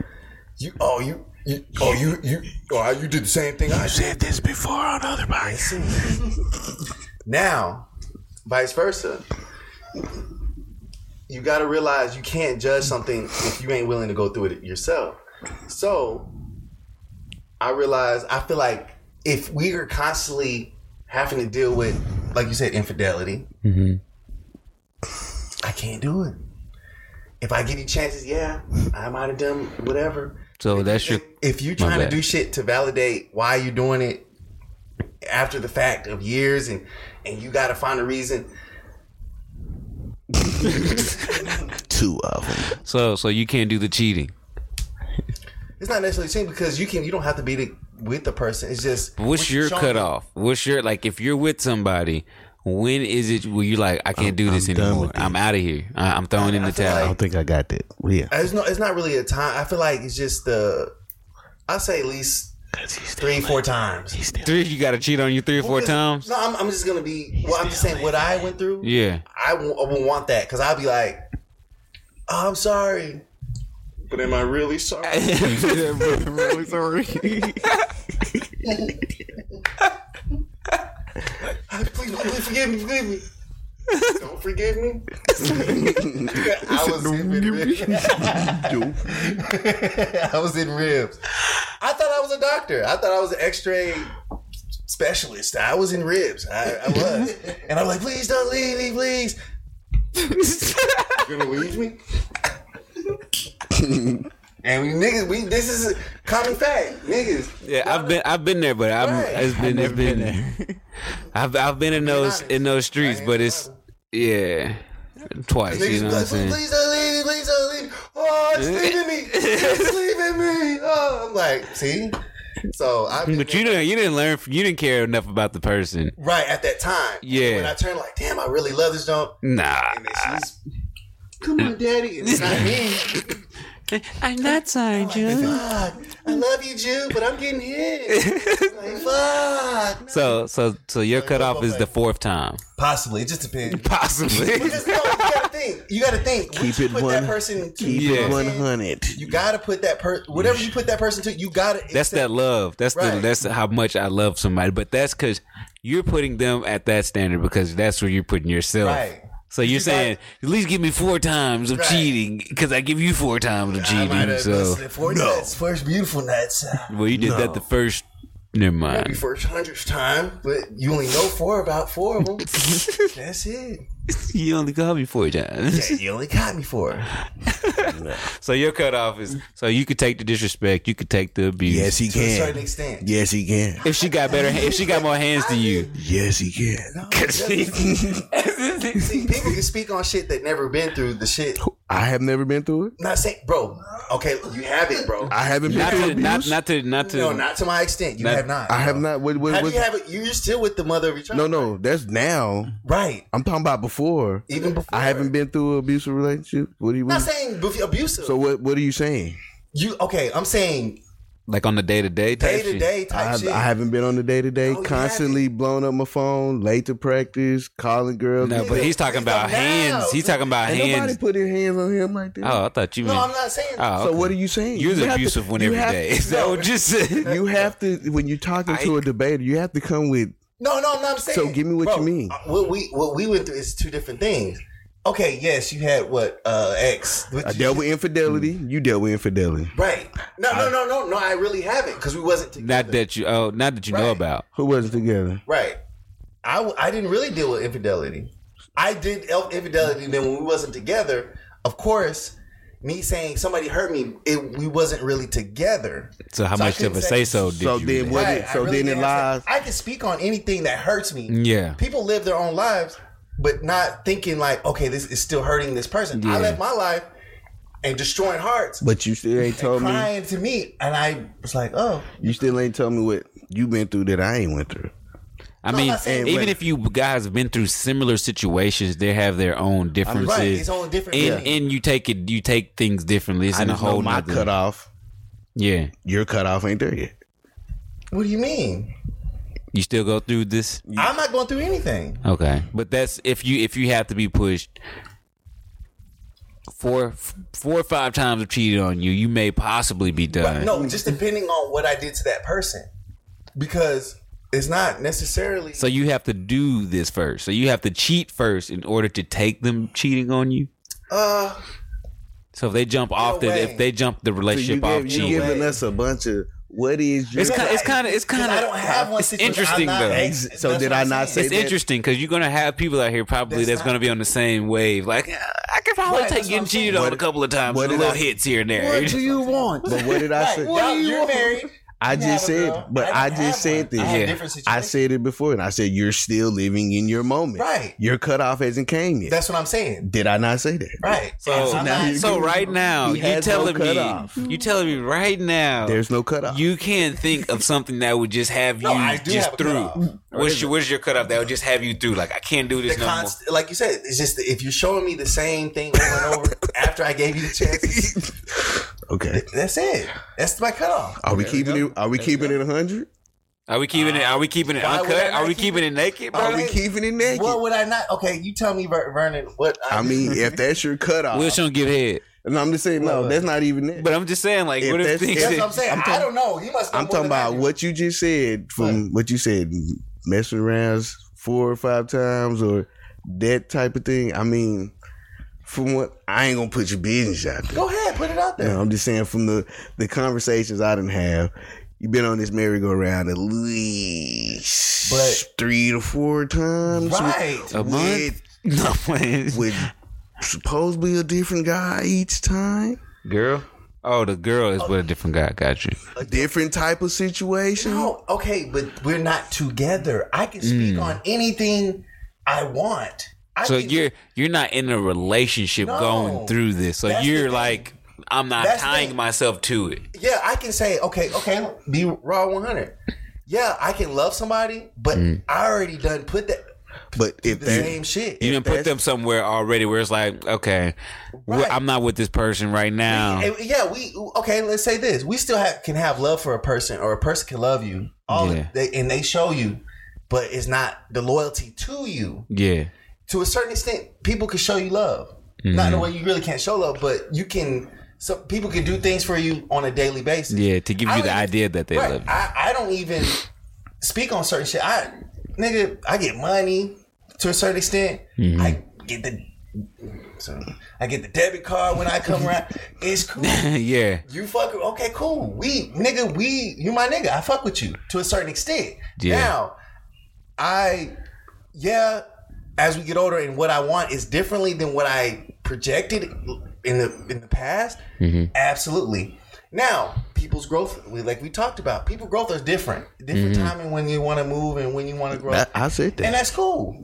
you, oh you, you oh you, you, oh you did the same thing I did. This before on other bikes. Now, vice versa. you got to realize you can't judge something if you ain't willing to go through it yourself. So I realize I feel like if we are constantly having to deal with, like you said, infidelity, Mm-hmm. I can't do it. If I give you chances, yeah, I might have done whatever. So that's your If, if you My trying to bad. do shit to validate why you're doing it after the fact of years and and you got to find a reason. Two of them. so so you can't do the cheating. It's not necessarily cheating because you can you don't have to be the, with the person. It's just But What's what your you're showing- cutoff? What's your like? If you're with somebody, when is it where you like? I can't do this I'm done anymore. with this." I'm out of here. I, I'm throwing in the feel towel. I don't think I got that. Yeah. It's not. It's not really a time. I feel like it's just the. I say at least three, four times. three, you got to cheat on you three or four Because- times. No, I'm, I'm just gonna be. Well, I'm just saying what I went through. Yeah. I w- I won't want that because I'll be like, oh, I'm sorry. But am I really sorry? really sorry. please, please forgive me. Forgive me. Don't forgive me. I was in ribs. I was in ribs. I thought I was a doctor. I thought I was an X-ray specialist. I was in ribs. I, I was, and I'm like, please don't leave me, please. You're gonna leave me? and we niggas, we this is a common fact, niggas. Yeah, I've been I've been there, but I'm Right. it's been it's been, I've I've been in those in those streets, but it's yeah, twice. Niggas You know what be I'm like, saying? please don't leave me, please don't leave me. Oh, it's leaving me. It's leaving me. Oh, I'm like, see? So I But you didn't you didn't learn you didn't care enough about the person. right at that time. Yeah. When I turned like, damn, I really love this jump. Nah, And then she's Come on, daddy. And It's not me. I'm not sorry, June. Fuck. I love you, Jew, but I'm getting hit. Like, fuck. So so so your cutoff is the fourth time, Possibly. It just depends. possibly. Just, no, you gotta think. You gotta think. Once Keep you it put one- that person to Keep you know Yeah. it what I'm saying? 100. You gotta put that person, whatever you put that person to, you gotta. That's that love. That's the Right. that's how much I love somebody. But that's because you're putting them at that standard because that's where you're putting yourself. Right. So you're saying at least give me four times of Right. cheating because I give you four times of I might cheating. have So listened to four nights, first beautiful nights. uh, well, you did that the first. Never Maybe mind. first hundredth time, but you only know four about four of them. That's it. You only called me four times. Yeah, you only got me four. So your cutoff is so you could take the disrespect, you could take the abuse. Yes, he To a certain can. extent. Yes, he can. If she got better, if she got more hands than you, Yes, he can. Oh, See, people can speak on shit that never been through the shit. I have never been through it. Not saying, bro. Okay, you have it, bro. I haven't been not through to, abuse. not, not to, not to, no, not to my extent. You Not- have not. I have not. What, what, How what- do you have it? You're still with the mother of your child. no, no, that's now. Right. I'm talking about before. Even before. I haven't been through an abusive relationship. What do you? I'm What, not saying bu- abusive. so what? What are you saying? you okay? I'm saying like on the day to day type day to shit. day type I, shit. I haven't been on the day to day, you constantly blowing up my phone, late to practice, calling girls. No, but he's talking Nigga, about now. hands. He's talking about and nobody hands. put their hands on him like that. Oh, I thought you no, meant. I'm not saying. that. Oh, So okay. what are you saying? You're the have to- abusive one you every have day. to- So just you have to when you're talking to a debater, you have to come with No, no, no, I'm saying. So give me what Bro, you mean. uh, What we what we went through is two different things. Okay, yes, you had what uh X. What I you- dealt with infidelity. Mm. You dealt with infidelity. right. No, no, no, no, no. I really haven't because we wasn't together. not that you. Oh, not that you know Right. about. Who wasn't together? Right. I w- I didn't really deal with infidelity. I did elf infidelity. Then when we wasn't together, of course, me saying somebody hurt me, it, we wasn't really together. So how So I much of a couldn't say say- so did So you? then really- what- Right, it- I so then didn't it understand. lies- I can speak on anything that hurts me. Yeah. people live their own lives, but not thinking like, okay, this is still hurting this person. Yeah. I left my life and destroying hearts, But you still ain't told me. crying to me, and I was like, oh, You still ain't told me what you been through that I ain't went through. I No, mean, I'm not saying- even Wait. if you guys have been through similar situations, they have their own differences. right, it's all different. and Yeah. and you take it, you take things differently. It's I in a just know whole my nother- cutoff. Yeah, Your cutoff ain't there yet. what do you mean? you still go through this. I'm not going through anything. Okay, but that's if you if you have to be pushed four f- four or five times of cheating on you, you may possibly be done. No, just depending on what I did to that person, because it's not necessarily. So you have to do this first. So you have to cheat first in order to take them cheating on you. Uh, So if they jump off the way. if they jump the So you relationship off give, you cheap. giving us a bunch of what is your It's kind of it's kind of it's kind of I don't have one. It's situation. interesting I'm not though. ex- So that's did what I I'm not saying. say- It's that- interesting because you're gonna have people out here probably That's that's not- gonna be on the same wave. Like "Ah, I could probably take Right, that's what getting I'm saying. cheated on What- a couple of times, what with did little I- hits here and What there. do you want? but what did I Right, say? y'all- you're married. I have just a said, girl. but I I, don't just have said one. this. I have Yeah. different I situations. said it before, and I said you're still living in your moment. Right. Your cutoff hasn't came yet. That's what I'm saying. Did I not say that? Right. So, I'm now not- you- so right now He you has no telling cutoff. me you telling me right now There's no cutoff. you can't think of something that would just have you No, I do just have a through. cutoff. Mm, What's your what's your cutoff that would just have you through? Like I can't do the this no more. const- like you said, it's just that if you're showing me the same thing over and over after I gave you the chances, okay. that's it. That's my cutoff. Are we keeping it? Are we keeping it hundred? Are we keeping it? Are we keeping it uh, Why would I uncut? not Are we keep keeping it naked? Are Bro? Are we Right. keeping it naked? What would I not? Okay, you tell me, Ver- Vernon. What I mean, if that's your cutoff, Will Sean give head? and I'm just saying, no, that's not even it. But I'm just saying, like, If what if that's- things? that's what that- I'm saying. I'm I'm talking- I do not know. You must. Know I'm more talking than I about do. what you just said from what you said, messing around four or five times or that type of thing. I mean, from what I ain't gonna put your business out there. Go ahead, put it out You there. know, I'm just saying from the the conversations I didn't have. You've been on this merry-go-round at least But- three to four times. with- Right. A month? No, man. with supposedly a different guy each time, girl. Oh, the girl is with a different guy. Got you. a different type of situation. No, okay, but we're not together. I can speak on anything I want. I Mm. So can- you're you're not in a relationship No. going through this. So That's the you're thing. like, I'm not That's the tying thing. myself to it. yeah, I can say okay, okay, be raw one hundred. Yeah, I can love somebody, but Mm. I already done put that But if the that, same shit. You didn't put that's- them somewhere already where it's like, okay, well, Right. I'm not with this person right now. And, yeah, we okay. Let's say this: we still have, can have love for a person, or a person can love you, all Yeah. they, and they show you, but it's not the loyalty to you. yeah. To a certain extent, people can show you love, not Mm-hmm. in a way you really can't show love, but you can. So people can do things for you on a daily basis. Yeah, to give I you the don't even- idea that they right, love you. I, I don't even speak on certain shit. I nigga, I get money to a certain extent. Mm-hmm. I get the. sorry. I get the debit card when I come around. It's cool. yeah. You fuck okay, cool. We nigga, we you my nigga. I fuck with you to a certain extent. Yeah. Now, I yeah, as we get older and what I want is differently than what I projected in the in the past. Absolutely. Now, people's growth, we- like we talked about, people growth is different. Different timing when you want to move and when you want to grow. I, I said and that. that's cool.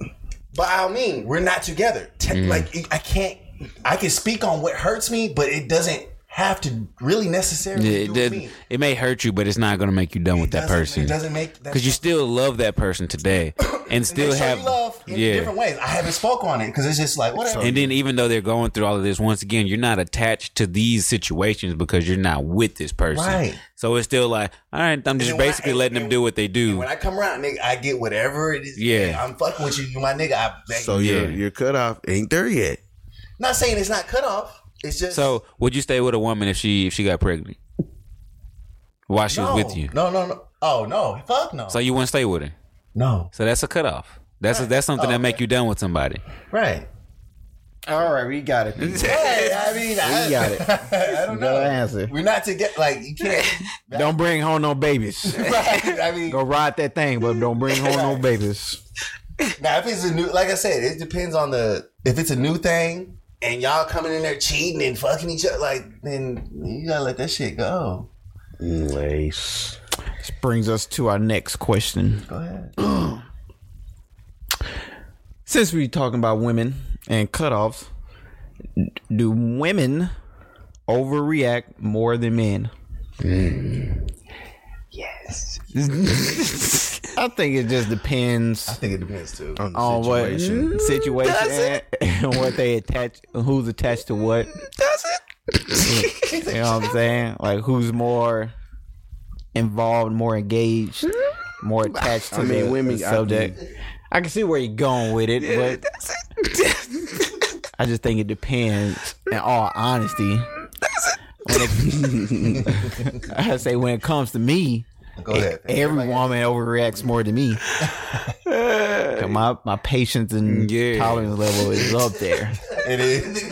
But I mean, we're not together. Te- Mm. Like I can't. I can speak on what hurts me, but it doesn't have to really necessarily Yeah, do it, with did, me. it may hurt you, but it's not going to make you done with that Doesn't- It person doesn't make because you still love that person today and still have you love in yeah. different ways. I haven't spoke on it because it's just like whatever. And then even though they're going through all of this, once again, you're not attached to these situations because you're not with this person. Right. So it's still like, all right, I'm just then when I- basically and- letting them and- do what they do. when I come around, nigga, I get whatever it is. Yeah. I'm fucking with you. You my nigga. I beg So you. your Yeah. your cutoff ain't there yet. not saying it's not cut off. It's just so would you stay with a woman if she if she got pregnant while she no, was with you? No, no, no. Oh no, fuck no. So you wouldn't stay with her. no, So that's a cutoff. That's a, that's something that make you done with somebody. right. All right, we got it. Hey, I mean, I, We got it. I don't know. Another answer. We're not together. Like you can't. Don't bring home no babies. right? I mean, Go ride that thing, but don't bring home no babies. Now, if it's a new, like I said, it depends on the if it's a new thing and y'all coming in there cheating and fucking each other, like then you gotta let that shit go. Nice. This brings us to our next question. Go ahead. Since we're talking about women and cutoffs, do women overreact more than men? Yes. I think it just depends. I think it depends too. on what situation and, and what they attach, who's attached to what. Does it? you know what I'm saying? Like who's more involved, more engaged, more attached to I mean, the, women- the I subject. I can see where you're going with it, but I just think it depends. In all honesty, When it- I say when it comes to me, Go ahead. Every woman overreacts more than me. 'Cause my my patience and Yeah. tolerance level is up there. It is.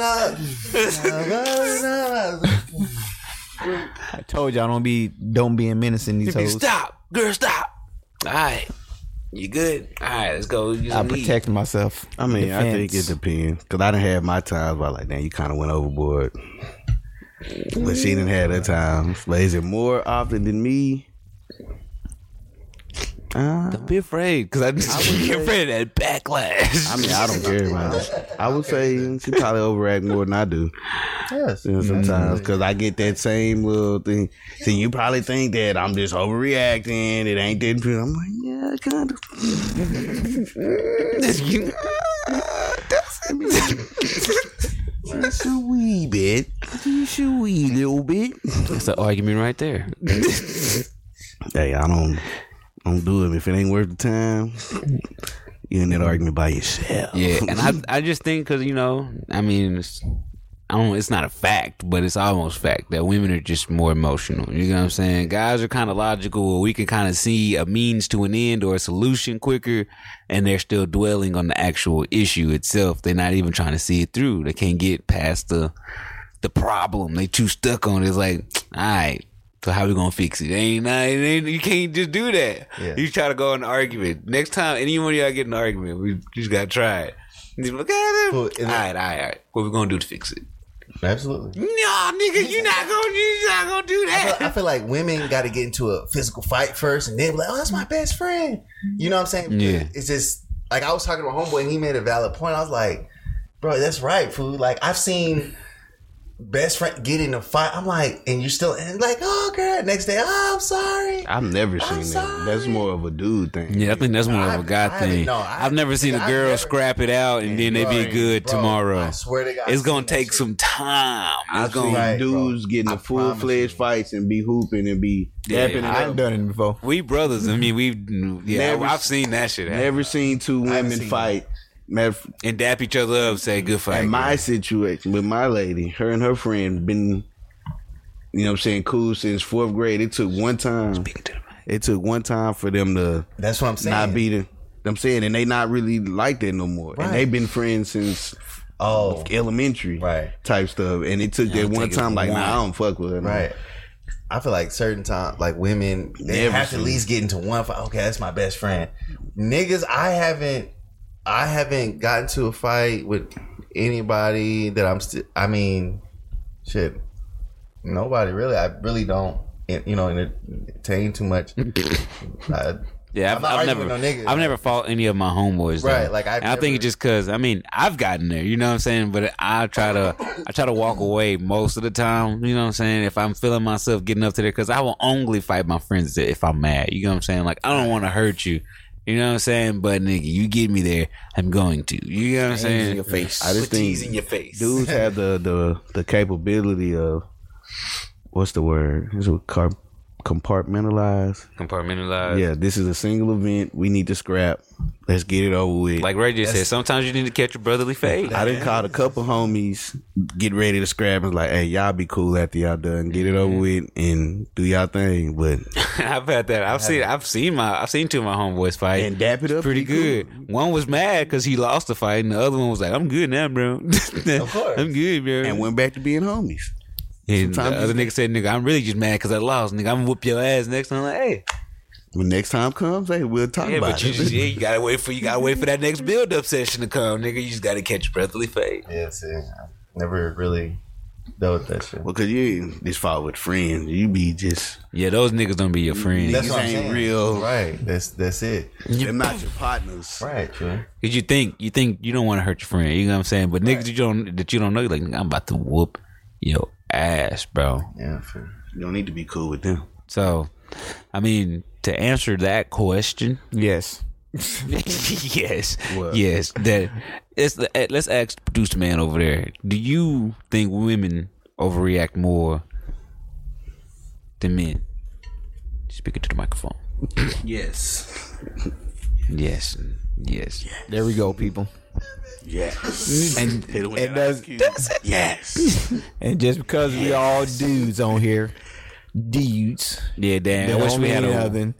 uh, Non-violent. uh. I told y'all don't be don't be menacing these hoes. Stop, girl, stop. All right, you good? All right, let's go. You I some weed. protect myself. I mean, I think it Defense. depends. Cause I didn't have my times where I like, damn, you kind of went overboard. But she didn't have her times. But is it more often than me? Uh, Don't be afraid, because I just get rid of that backlash. I mean, I don't care about. I would say she probably overreact more than I do. Yes. you know, sometimes because I get that same little thing. See, you probably think that I'm just overreacting. It ain't that. big. I'm like, yeah, kind of. Just a wee bit. Just a wee little bit. That's the argument right there. Hey, I don't, don't do it if it ain't worth the time. You in that argument by yourself. Yeah, and I I just think because you know I mean it's, I don't it's not a fact but it's almost fact that women are just more emotional. You know what I'm saying? Guys are kind of logical. We can kind of see a means to an end or a solution quicker, and they're still dwelling on the actual issue itself. They're not even trying to see it through. They can't get past the the problem. They too stuck on it. It's like all right. So how we gonna fix it? Ain't, ain't, ain't you can't just do that. Yeah. You try to go in an argument. Next time anyone of y'all get in an argument, we just gotta try it. And just look at it. Well, all and right, all then- right, all right. What we gonna do to fix it? Absolutely. Nah, nigga, you not gonna you not gonna do I feel, I that. feel like women got to get into a physical fight first, and then be like, "Oh, that's my best friend." You know what I'm saying? Yeah. It's just like I was talking to my homeboy, and he made a valid point. I was like, "Bro, that's right, fool." Like I've seen best friend get in a fight. I'm like, and you're still and like, "Oh, girl." Next day, "Oh, I'm sorry." I've never I'm seen that. That's sorry. more of a dude thing. Yeah, I think that's more of a I- guy I haven't- thing. no, I- I've never seen a I've girl never- scrap it out and then they be Bro, good bro, tomorrow. I swear to God, it's I've gonna seen that take shit. some time. I've It's seen gonna. Right, dudes bro. getting I the full promise fledged fights and be hooping and be Yeah. dapping it I up. done it before. We brothers. I mean, we. have Yeah, Never- I've seen that shit happen. Never seen two women fight. Matter of fact, and dap each other up. Say good fight. in my girl." situation with my lady, her and her friend been, you know what I'm saying, cool since fourth grade. It took one time. It took one time for them to That's what I'm saying. not be the. I'm saying, and they not really like that no more. Right. And they've been friends since oh, elementary, Right. Type stuff. And it took that don't one think it's time, like, one. nah, I don't fuck with her. no more. right. I feel like certain time, like women, they Never have to at seen least get into one fight. Okay, that's my best friend. Niggas, I haven't, I haven't gotten to a fight with anybody that I'm still. I mean, shit, nobody really. I really don't, eh, you know, entertain too much. I, Yeah, I'm I've, not I've never, arguing with no nigga. I've never fought any of my homeboys. Though. Right, like, I've And I think never- it's just because I mean I've gotten there, you know what I'm saying. But I try to, I try to walk away most of the time, you know what I'm saying. If I'm feeling myself getting up to there, because I will only fight my friends if I'm mad. You know what I'm saying? Like I don't want to hurt you, you know what I'm saying. But nigga, you get me there, I'm going to. You know what I'm saying? Your face. I just think dudes have the, the the capability of what's the word? Is it car- compartmentalize? Compartmentalize. yeah, this is a single event. We need to scrap. Let's get it over with. Like Ray just said, sometimes you need to catch your brotherly fade. I didn't call a couple homies, get ready to scrap, and like, hey, y'all be cool after y'all done, get it over with, and do y'all thing. But I've had that. I've seen. I've seen my. I've seen two of my homeboys fight. and dap it up pretty be cool. good. One was mad because he lost the fight, and the other one was like, "I'm good now, bro. of course. I'm good, bro." and went back to being homies. And the sometimes other nigga said, "Nigga, I'm really just mad because I lost. Nigga, I'm gonna whoop your ass next time." I'm like, hey, When next time comes, hey, we'll talk yeah, about but you it. just yeah, you gotta wait for you gotta wait for that next build up session to come, nigga. You just gotta catch your breathly fade. yeah, it's, uh, I've never really dealt with that shit. Because you ain't just fall with friends, you be just Yeah, those niggas don't be your friends. That's Niggas what I'm ain't saying. real. Right. That's that's it. they're not your partners. Right. True. Cause you think you think you don't want to hurt your friend. You know what I'm saying? But niggas you don't that you don't know, you're like, "Nigga, I'm about to whoop your ass, bro. Yeah. True. You don't need to be cool with them. So, I mean, to answer that question. Yes. yes, What? yes. That it's the, eh, let's ask the producer man over there. Do you think women overreact more than men? Speak it to the microphone. Yes. Yes, yes. There we go, people. Yes. And it does- Yes. And just because we all dudes on here, dudes, Yeah, damn. that I wish don't we had mean a. I nothing.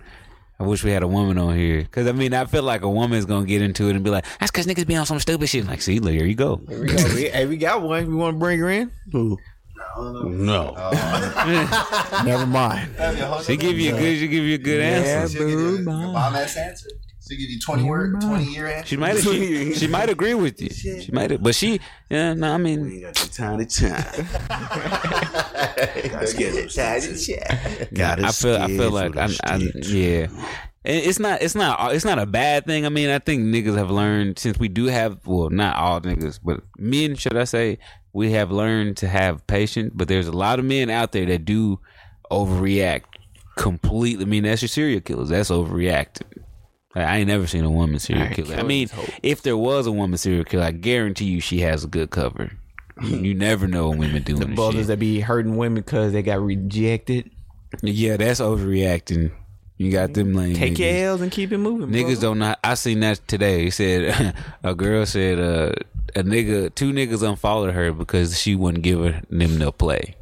I wish we had a woman on here, because I mean, I feel like a woman's gonna get into it and be like, "That's because niggas be on some stupid shit." Like, see, there you go. Here we go. We- hey, we got one. We want to bring her in? No. Oh, Never mind. She give you a good, she give you a good answer. She'll give you a bomb ass answer. She'll give you 20 word, 20 year answer. She might, she, she might agree with you. She might, but she, yeah, no, I mean, Time to time. Let's get it. Got I feel, I feel like, oh, I, I, yeah, And it's not, it's not, it's not a bad thing. I mean, I think niggas have learned since we do have, well, not all niggas, but men, should I say, we have learned to have patience. But there's a lot of men out there that do overreact completely. I mean, that's your serial killers. That's overreacting. Like, I ain't never seen a woman serial killer. I mean, if there was a woman serial killer, I guarantee you she has a good cover. You, you never know when women do Hmm. The brothers that be hurting women because they got rejected. Yeah, that's overreacting. You got them lame. Take niggas. your L's and keep it moving. Niggas brother. don't know. I seen that today. He said a girl said uh, a nigga, two niggas unfollowed her because she wasn't giving them no play.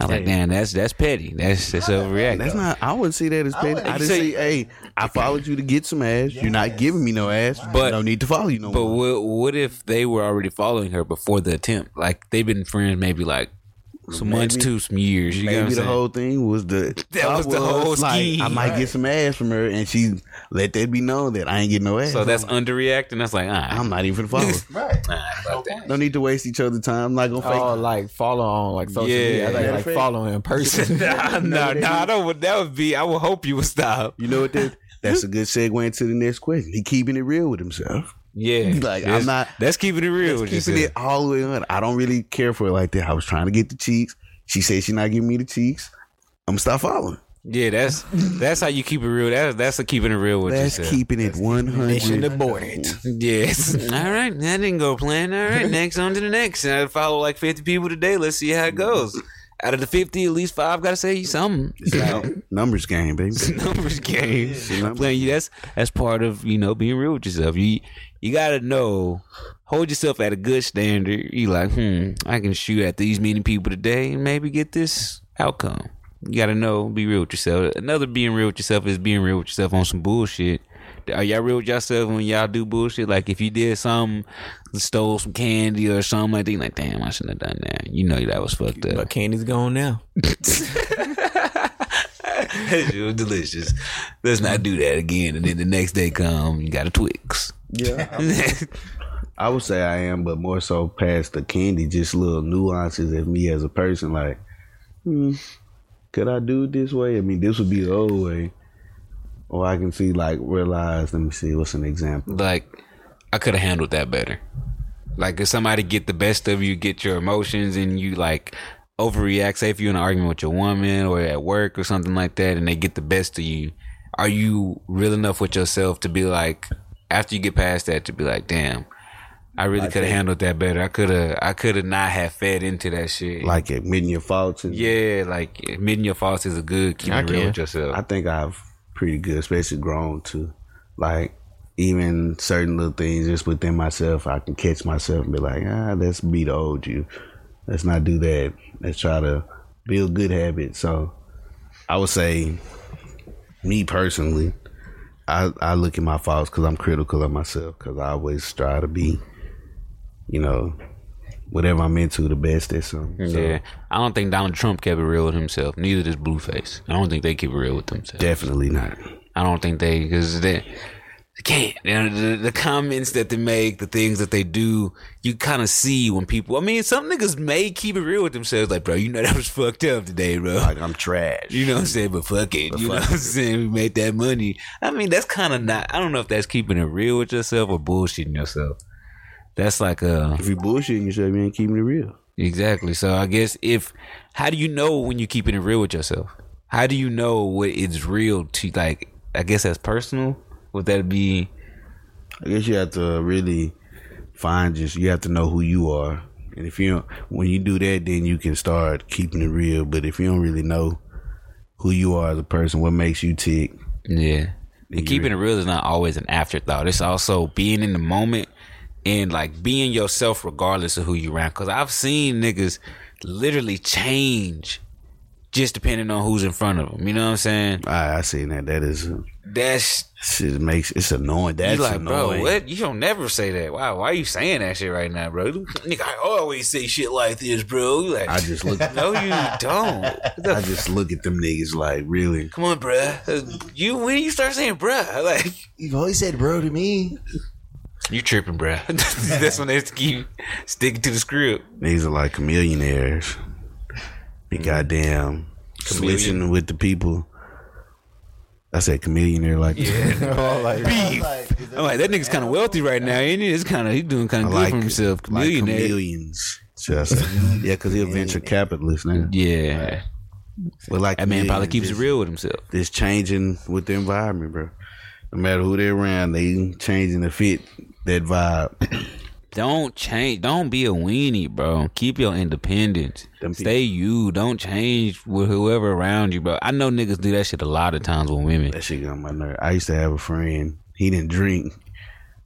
I'm like, damn, that's that's petty. That's that's overreacting. That's not. I wouldn't see that as petty. would- I, just Say- see, hey, I followed you to get some ass. You're not giving me no ass, but I don't need to follow you no But more. what what if they were already following her before the attempt? Like they've been friends maybe like some months Maybe- to some years. You know what I'm Maybe the saying? whole thing was the That I was the whole like, scheme. I might get some ass from her, and she let that be known that I ain't getting no ass. so that's underreacting. That's like, ah, I'm not even following. Right. no need to waste each other time. I'm not gonna fake. Oh, like follow on like social Yeah. media, Yeah, like, like fake. follow in person. nah, nah, nah, I don't. That would be. I would hope you would stop. You know what? That, that's a good segue into the next question. He keeping it real with himself. Yeah, Like, I'm That's- not- That's keeping it real. with Keeping yourself. it all the way on. I don't really care for it like that. I was trying to get the cheeks. She said she's not giving me the cheeks. I'm stop following. Yeah, that's that's how you keep it real. That's that's a keeping it real with That's yourself. keeping it 100. aborted. yes. All right, that didn't go plan. All right, next on to the next. I follow like fifty people today. Let's see how it goes. Out of the fifty, at least five gotta say something. Num- numbers game, baby. numbers game. I'm telling you, that's that's part of you know being real with yourself. You you gotta know, hold yourself at a good standard. You like, hmm, I can shoot at these many people today and maybe get this outcome. You gotta know, be real with yourself. Another being real with yourself is being real with yourself on some bullshit. Are y'all real with yourself when y'all do bullshit? Like if you did something, stole some candy or something like that, you like damn, I shouldn't have done that. You know that was fucked up. But candy's gone now. it was delicious. Let's not do that again. And then the next day come, you got a Twix. Yeah. I would say I am, but more so past the candy, just little nuances of me as a person. Like, hmm, could I do it this way? I mean, this would be the old way. Or I can see, like, realize, let me see, what's an example? like, I could have handled that better. Like, if somebody get the best of you, get your emotions, and you like overreact, say if you're in an argument with your woman or at work or something like that, and they get the best of you, are you real enough with yourself to be like, after you get past that, to be like, damn. I really could have handled that better. I could have. I could have not have fed into that shit. Like, admitting your faults. And Yeah, like admitting your faults is a good keeping I it real can. with yourself. I think I've pretty good, especially grown to, like, even certain little things just within myself, I can catch myself and be like, ah, let's be the old you. Let's not do that. Let's try to build good habits. So I would say, me personally, I, I look at my faults because I'm critical of myself because I always try to be, you know, whatever I'm into, the best at something. So yeah, I don't think Donald Trump kept it real with himself. Neither does Blueface. I don't think they keep it real with themselves. definitely not. I don't think they because they, they can't. You know, the, the comments that they make, the things that they do, you kind of see when people. I mean, some niggas may keep it real with themselves. Like, bro, you know that was fucked up today, bro. Like, I'm trash. You know what I'm saying? But fuck it. you know what I'm saying? We made that money. I mean, that's kind of not. I don't know if that's keeping it real with yourself or bullshitting yourself. That's like uh If you bullshitting yourself, you ain't keeping it real. exactly. So I guess if how do you know when you're keeping it real with yourself? How do you know what it's real to like? I guess that's personal. Would that be? I guess you have to really find just you have to know who you are, and if you don't, when you do that, then you can start keeping it real. But if you don't really know who you are as a person, what makes you tick, Yeah. And keeping it real is not always an afterthought. It's also being in the moment and like being yourself regardless of who you around. Cause I've seen niggas literally change just depending on who's in front of them. You know what I'm saying? I, I seen that. That is That's shit makes it's annoying. That's you like, annoying. bro, what? You don't never say that. Wow, why are you saying that shit right now, bro? Nigga, I always say shit like this, bro. You Like, I just look. no, you don't. What the I just look at them niggas like really. Come on, bruh. You when you start saying bruh, like You've always said bro to me. you tripping, bruh. That's when they have to keep sticking to the script. These are like millionaires. Mm. They goddamn switching with the people. I said chameleonaire like I'm like, is that- I'm like, that nigga's kind of wealthy right now, ain't he? It's kind of he's doing kind I of like good for himself. like Millionaire. chameleons. Should I say? yeah, because he's a venture capitalist now. yeah, But like that man probably chameleons, keeps it just- real with himself. Just changing with the environment, bro. No matter who they're around, they changing to fit that vibe. Don't change. Don't be a weenie, bro. Keep your independence. Them Stay you. Don't change with whoever around you, bro. I know niggas do that shit a lot of times with women. That shit got on my nerve. I used to have a friend. He didn't drink,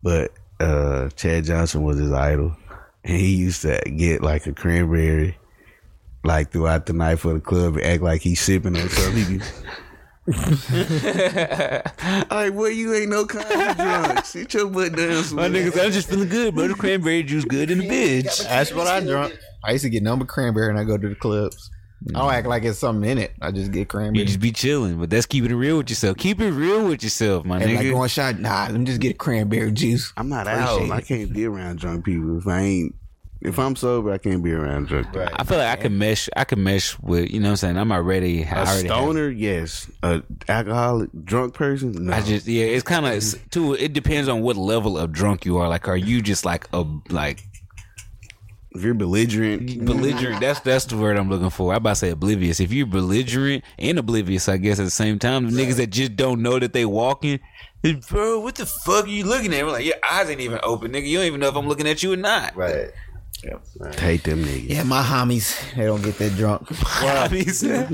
but uh, Chad Johnson was his idol, and he used to get like a cranberry, like throughout the night for the club, and act like he's sipping on something. He'd be- like, well, you ain't no kind of drunk. Sit your butt down. My somewhere. niggas, I'm just feeling good, bro. The cranberry juice good in the bitch. That's what I drunk. I used to get number cranberry and I go to the clubs. I don't act like it's something in it. I just get Mm. You cranberry. just be chilling, but that's keeping it real with yourself. Keep it real with yourself, my and like nigga. one shot, nah, let me just get cranberry juice. I'm not out. I can't be around drunk people if I ain't. If I'm sober, I can't be around drunk. People. I feel like I can mesh. I can mesh with you know. what I'm saying I'm already. I A already. have- stoner, yes. A alcoholic, drunk person, no. I just yeah. It's kind of too. It depends on what level of drunk you are. Like, are you just like a like if you're belligerent, belligerent. That's that's the word I'm looking for. I about to say oblivious. If you're belligerent and oblivious, I guess at the same time, the niggas that just don't know that they walking, eh, bro, what the fuck are you looking at? We're like, your eyes ain't even open, nigga. You don't even know if I'm looking at you or not. right. take them niggas. Yeah, my homies, they don't get that drunk. I mean, so-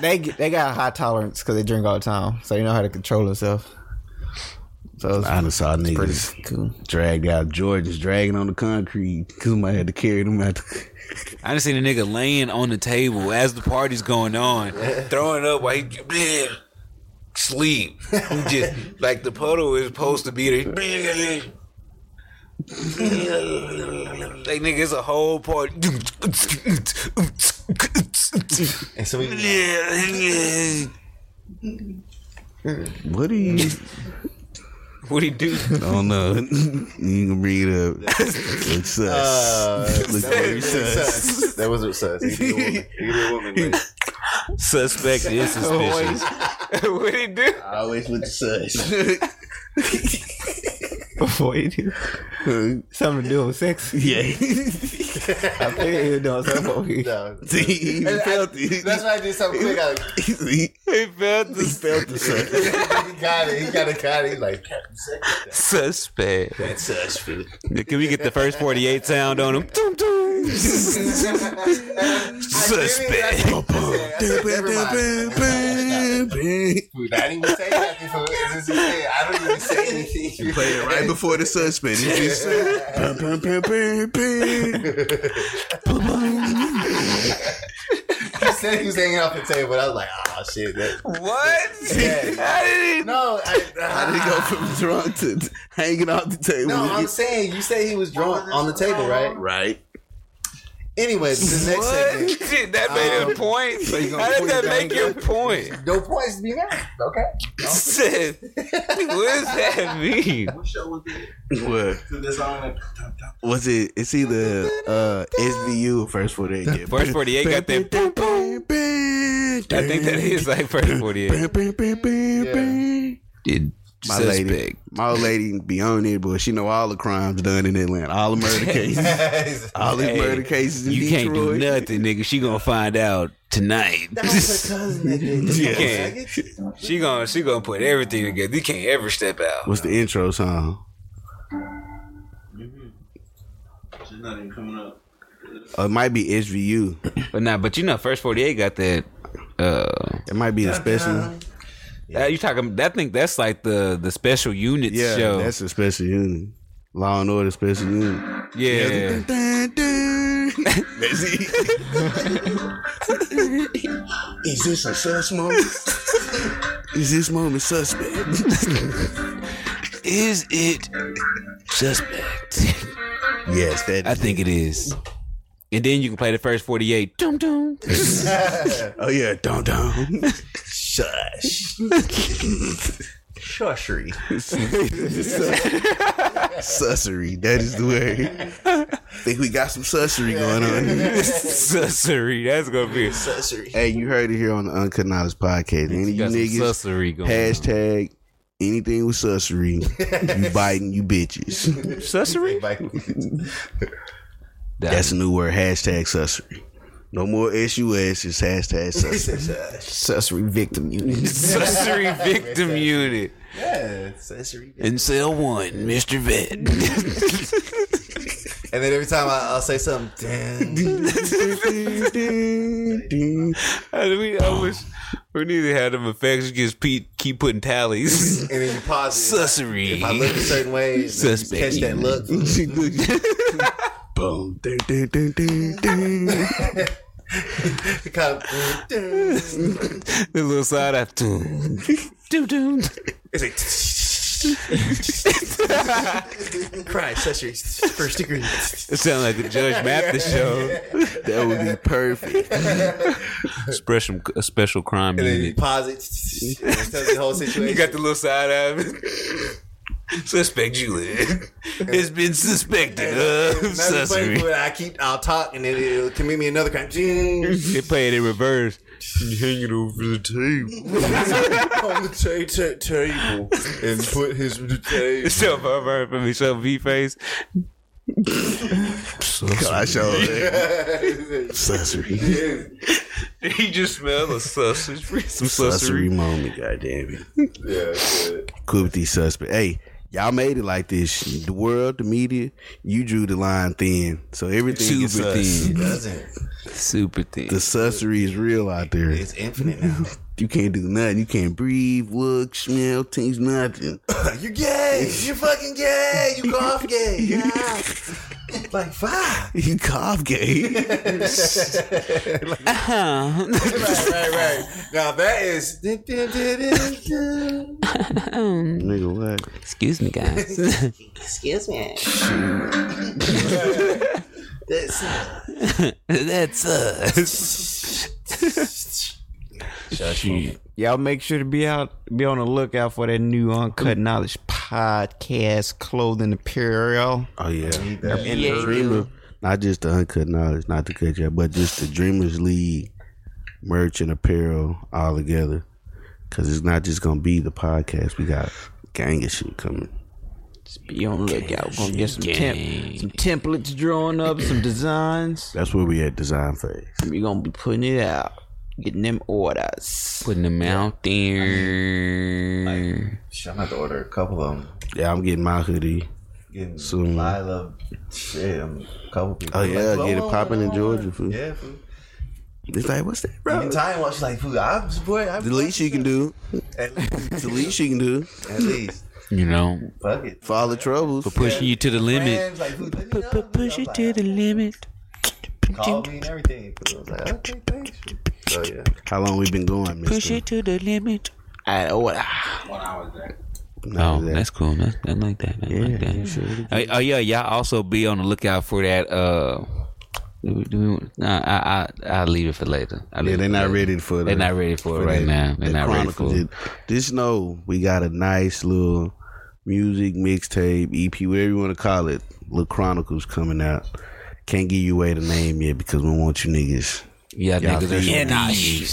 they get- they got a high tolerance because they drink all the time, so they know how to control themselves. So it's I done saw pretty niggas cool. dragged out Jordans, dragging on the concrete because I had to carry them out. The- I just seen a nigga laying on the table as the party's going on, throwing up while he bleh, sleep. He just like the puddle is supposed to be there. Bleh. like nigga, it's a whole party. And so we what do you? what he do? I don't know. you can bring it up. Looks sus. Uh, uh, Looks very sus. sus. That was sus. You could be a woman. You could be a woman. but Suspect is suspicious. what he do? I always with the sus. Before you do something to do with sex, Yeah, I figured he was doing something over here. No. he felt it. That's why I did something quick. I was like, he, He felt the felt the sus. he got it. He got it. Got it. He's like, Captain Secretary. suspect. That's sus. Philip. Can we get the first 48 sound on him? Doom, doom. Suspect. Dude, I didn't even say nothing for as he said. I don't even say anything. You Played it right before the suspect. He just said, "Pum, pum, pum, pum, pum." said he was hanging off the table. I was like, oh shit. That, What? How did he no, I, How did he go from drunk to hanging off the table? No, I'm saying you say he was drunk on the table, right? right. Anyway, the next What? segment. Shit, that made Uh, your point. How did that make your point? No points to be made. Okay. Shit. what does that mean? What? Was it? It's either uh, SVU or First 48. Yeah. First 48 got that. boom, boom. I think that is like first 48. Did My lady, my old lady be on it, but she know all the crimes done in Atlanta, all the murder cases, all the Hey, murder cases in You Detroit. can't do nothing, nigga. She gonna find out tonight. You can't. She gonna she gonna put everything together. You can't ever step out. What's the intro song? Uh, it might be SVU. But nah, but you know, first forty eight got that. Uh, It might be the special. uh, you talking? I think that's like the the special units Yeah, show. that's a special unit. Law and Order special unit. yeah, Dun, dun, dun. Is this a sus moment? Is this moment suspect? Is it suspect? Yes, that. I think it is. And then you can play the first 48. Dum dum. oh yeah, don't don't. Shush. Shushery. Sussery. That is the word. think we got some sussery going on. Sussery. That's going to be a Sussery. Hey, you heard it here on the Uncut Knowledge podcast. Any of you got some niggas, sussery going hashtag anything with sussery, you biting you bitches. Sussery? That's a new word. Hashtag sussery. No more SUS. It's hashtag sussery. Accessory victim unit. Sussery Victim Unit. Yeah, sussery. In cell one, Mr. Vet. And then every time I, I'll say something, damn. I mean, I wish we need to have them effects. Just pe- keep putting tallies. and then you pause. it. Sussery. If I look a certain way, Suspect. Suspect. catch that look. Boom. Ding, ding, ding, ding, ding. It kind of- The little side eye. Doom. Doom, doom. It's like cry accessory first degree. It sounds like a Judge Mathis show. That would be perfect. Special, a special crime And then you unit. pause it. and it tells you the whole situation. You got the little side eye. Suspect unit. It's been suspected of uh, Another funny sussery. part, I keep, I'll talk, and then it'll commit me another crime. Jing. They play it in reverse. Hang it over the table. on the ta- ta- table and put his table. So if I've heard from Michelle V face. I showed that. Sussery. He just smelled a sausage. Some Sussery sussery. moment, goddamn it. Yeah, good. Cool with these suspects. Hey, y'all made it like this. The world, the media, you drew the line thin. So everything is Super sus. thin. doesn't. Super thin. The sussery is real out there. It's infinite now. You can't do nothing. You can't breathe, look, smell, taste, nothing. You're gay. You're fucking gay. You cough gay. Yeah. Like fuck. You cough gay. Right, right, right. Now that is. Nigga, what? Excuse me, guys. Excuse me. That's us. Y'all make sure to be out, be on the lookout for that new Uncut Knowledge podcast, clothing apparel. Oh yeah. And the Dreamer. Not just the uncut knowledge, not the cut yet, but just the Dreamers League merch and apparel all together. Cause it's not just gonna be the podcast. We got gang of shit coming. Be on the lookout. We're gonna get some, temp- some templates drawn up, some designs. That's where we at design phase. We're gonna be putting it out, getting them orders. Putting them out there. Shit, I'm gonna have to order a couple of them. Yeah, I'm getting my hoodie. Getting Soon. I love shit. I'm a couple people. Oh yeah, Like, get it "Oh, popping in oh, Georgia. Food. Yeah, food. It's like what's that, You bro? can tie and watch like food. I support. I The least you can do. At least, The least you can do at least. You know, Fuck it. for all the troubles. pushing you to the limit. Friends, like, who- let me know. Push it to the limit. Call me and everything. I was like, okay, thanks. So Oh, yeah. How long we been going, Mister? ah. Push it. I order. Oh, that's cool, man. I like that. I like that. Hey, oh yeah, y'all also be on the lookout for that. Uh, do we, do we- nah, I I I'll leave it for later. I'll leave Yeah, they're it for not later. ready for. They're the- not ready for it right the- now. the They're not ready chronicles. for it. It- Just know we got a nice little music mixtape, EP, whatever you want to call it. Little chronicles coming out. Can't give you away the name yet because we want you niggas. Yeah, Y'all niggas are think- thieves.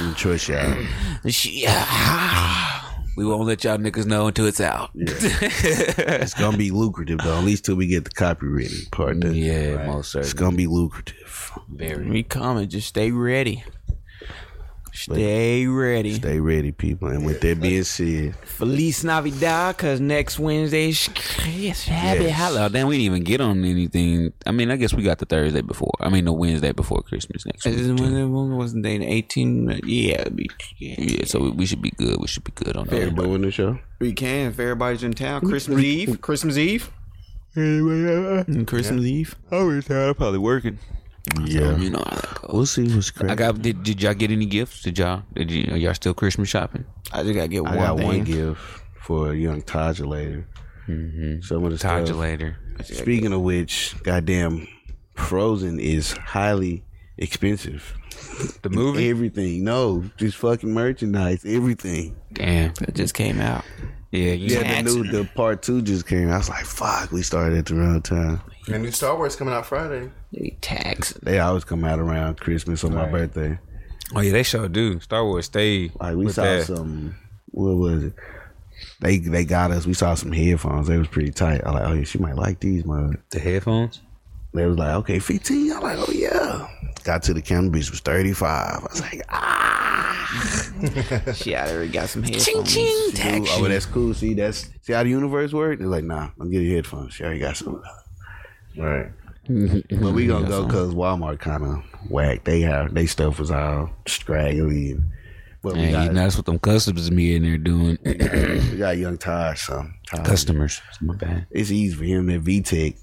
We trust y'all. Yeah. We won't let y'all niggas know until it's out. It's gonna be lucrative though, at least till we get the copyrighted part. done. Yeah, most It's certainly. gonna be lucrative. Very. We coming. Just stay ready. Stay ready. Stay ready, people. And with that being said, Feliz Navidad, cause next Wednesday is Happy happy Halloween. Halloween. Then we didn't even get on anything. I mean, I guess we got the Thursday before. I mean, the Wednesday before Christmas next week. Is it Wednesday? When was the day? The 18? Yeah, it'll be- yeah. Yeah, so we, we should be good. We should be good on that. doing the show. We can if everybody's in town. Christmas Eve. Christmas Eve. Anyway, Christmas Eve. Oh, I was tired. I'm probably working. Yeah. You know how that goes. We'll see what's crazy. I got. Did, did y'all get any gifts? Did y'all? Did you, are y'all still Christmas shopping? I just gotta get I one got thing. one gift for a young Todger later. Mm-hmm. Some of the Uh, stuff- Todulator. Speaking of which, goddamn, Frozen is highly expensive. The movie. Everything, no, just fucking merchandise, everything. Damn. It just came out. Yeah. You Yeah, the new the part two just came. I was like, fuck, we started at the wrong time. And new Star Wars coming out Friday. They tax. They always come out around Christmas or my birthday. Oh yeah, they sure do. Star Wars stayed. Like we with saw that. some. What was it? They they got us. We saw some headphones. They was pretty tight. I like, oh yeah, she might like these, man. the headphones. They was like, okay, fifteen. I'm like, oh yeah. Got to the counter, bitch was thirty five. I was like, ah. She already got some headphones. Ooh, oh, well, that's cool. See, that's see how the universe works. They're like, nah, I'm getting headphones. She already got some. Right. but we gonna go because Walmart kind of whack. They have they stuff was all straggly. And, but we, Man, got, you know, that's what them customers be in there doing. we got young Taj. So Taj, customers. My bad. it's easy for him at VTech.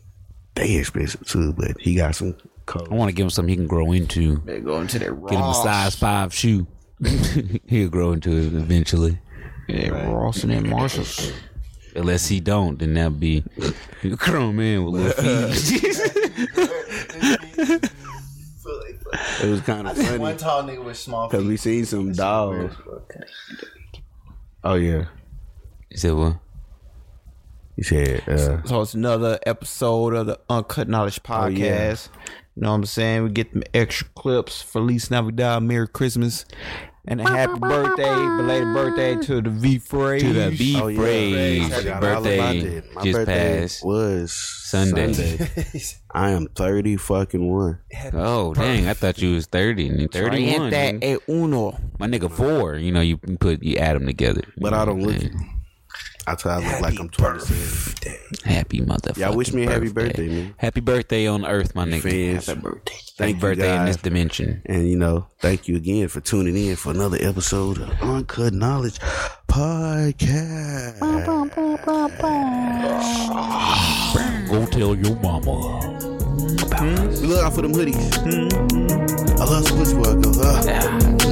They expensive too, but he got some I cold. want to give him something he can grow into. They go into their Ross. Get him a size five shoe. He'll grow into it eventually. Yeah, Ross and then Marshalls. Unless he don't, then that'd be you grown man with little feet. It was kind of One funny tall nigga with small because feet. we seen some dogs. Oh yeah, he said, "Well, he said. Uh, So it's another episode of the Uncut Knowledge Oh, Podcast. yeah. You know what I'm saying? We get them extra clips. Feliz Navidad, Merry Christmas, and a happy birthday, belated birthday to the V Phrase. to the B oh, yeah. phrase, I forgot all about birthday that. My just birthday passed." was Sunday. I am thirty fucking one. Oh dang! I thought you was thirty and thirty one. that at uno. My nigga four. You know you can put you add them together. But I don't look. it. I try to look like I'm 26. Happy motherfucker. Y'all wish me a happy birthday, man. Happy birthday on Earth, my nigga. Fans, Happy birthday. Happy Thank you birthday in guys. this dimension. and you know, thank you again for tuning in for another episode of Uncut Knowledge Podcast. Go tell your mama. Hmm? We look out for them hoodies. I love Squishmallow. Uh,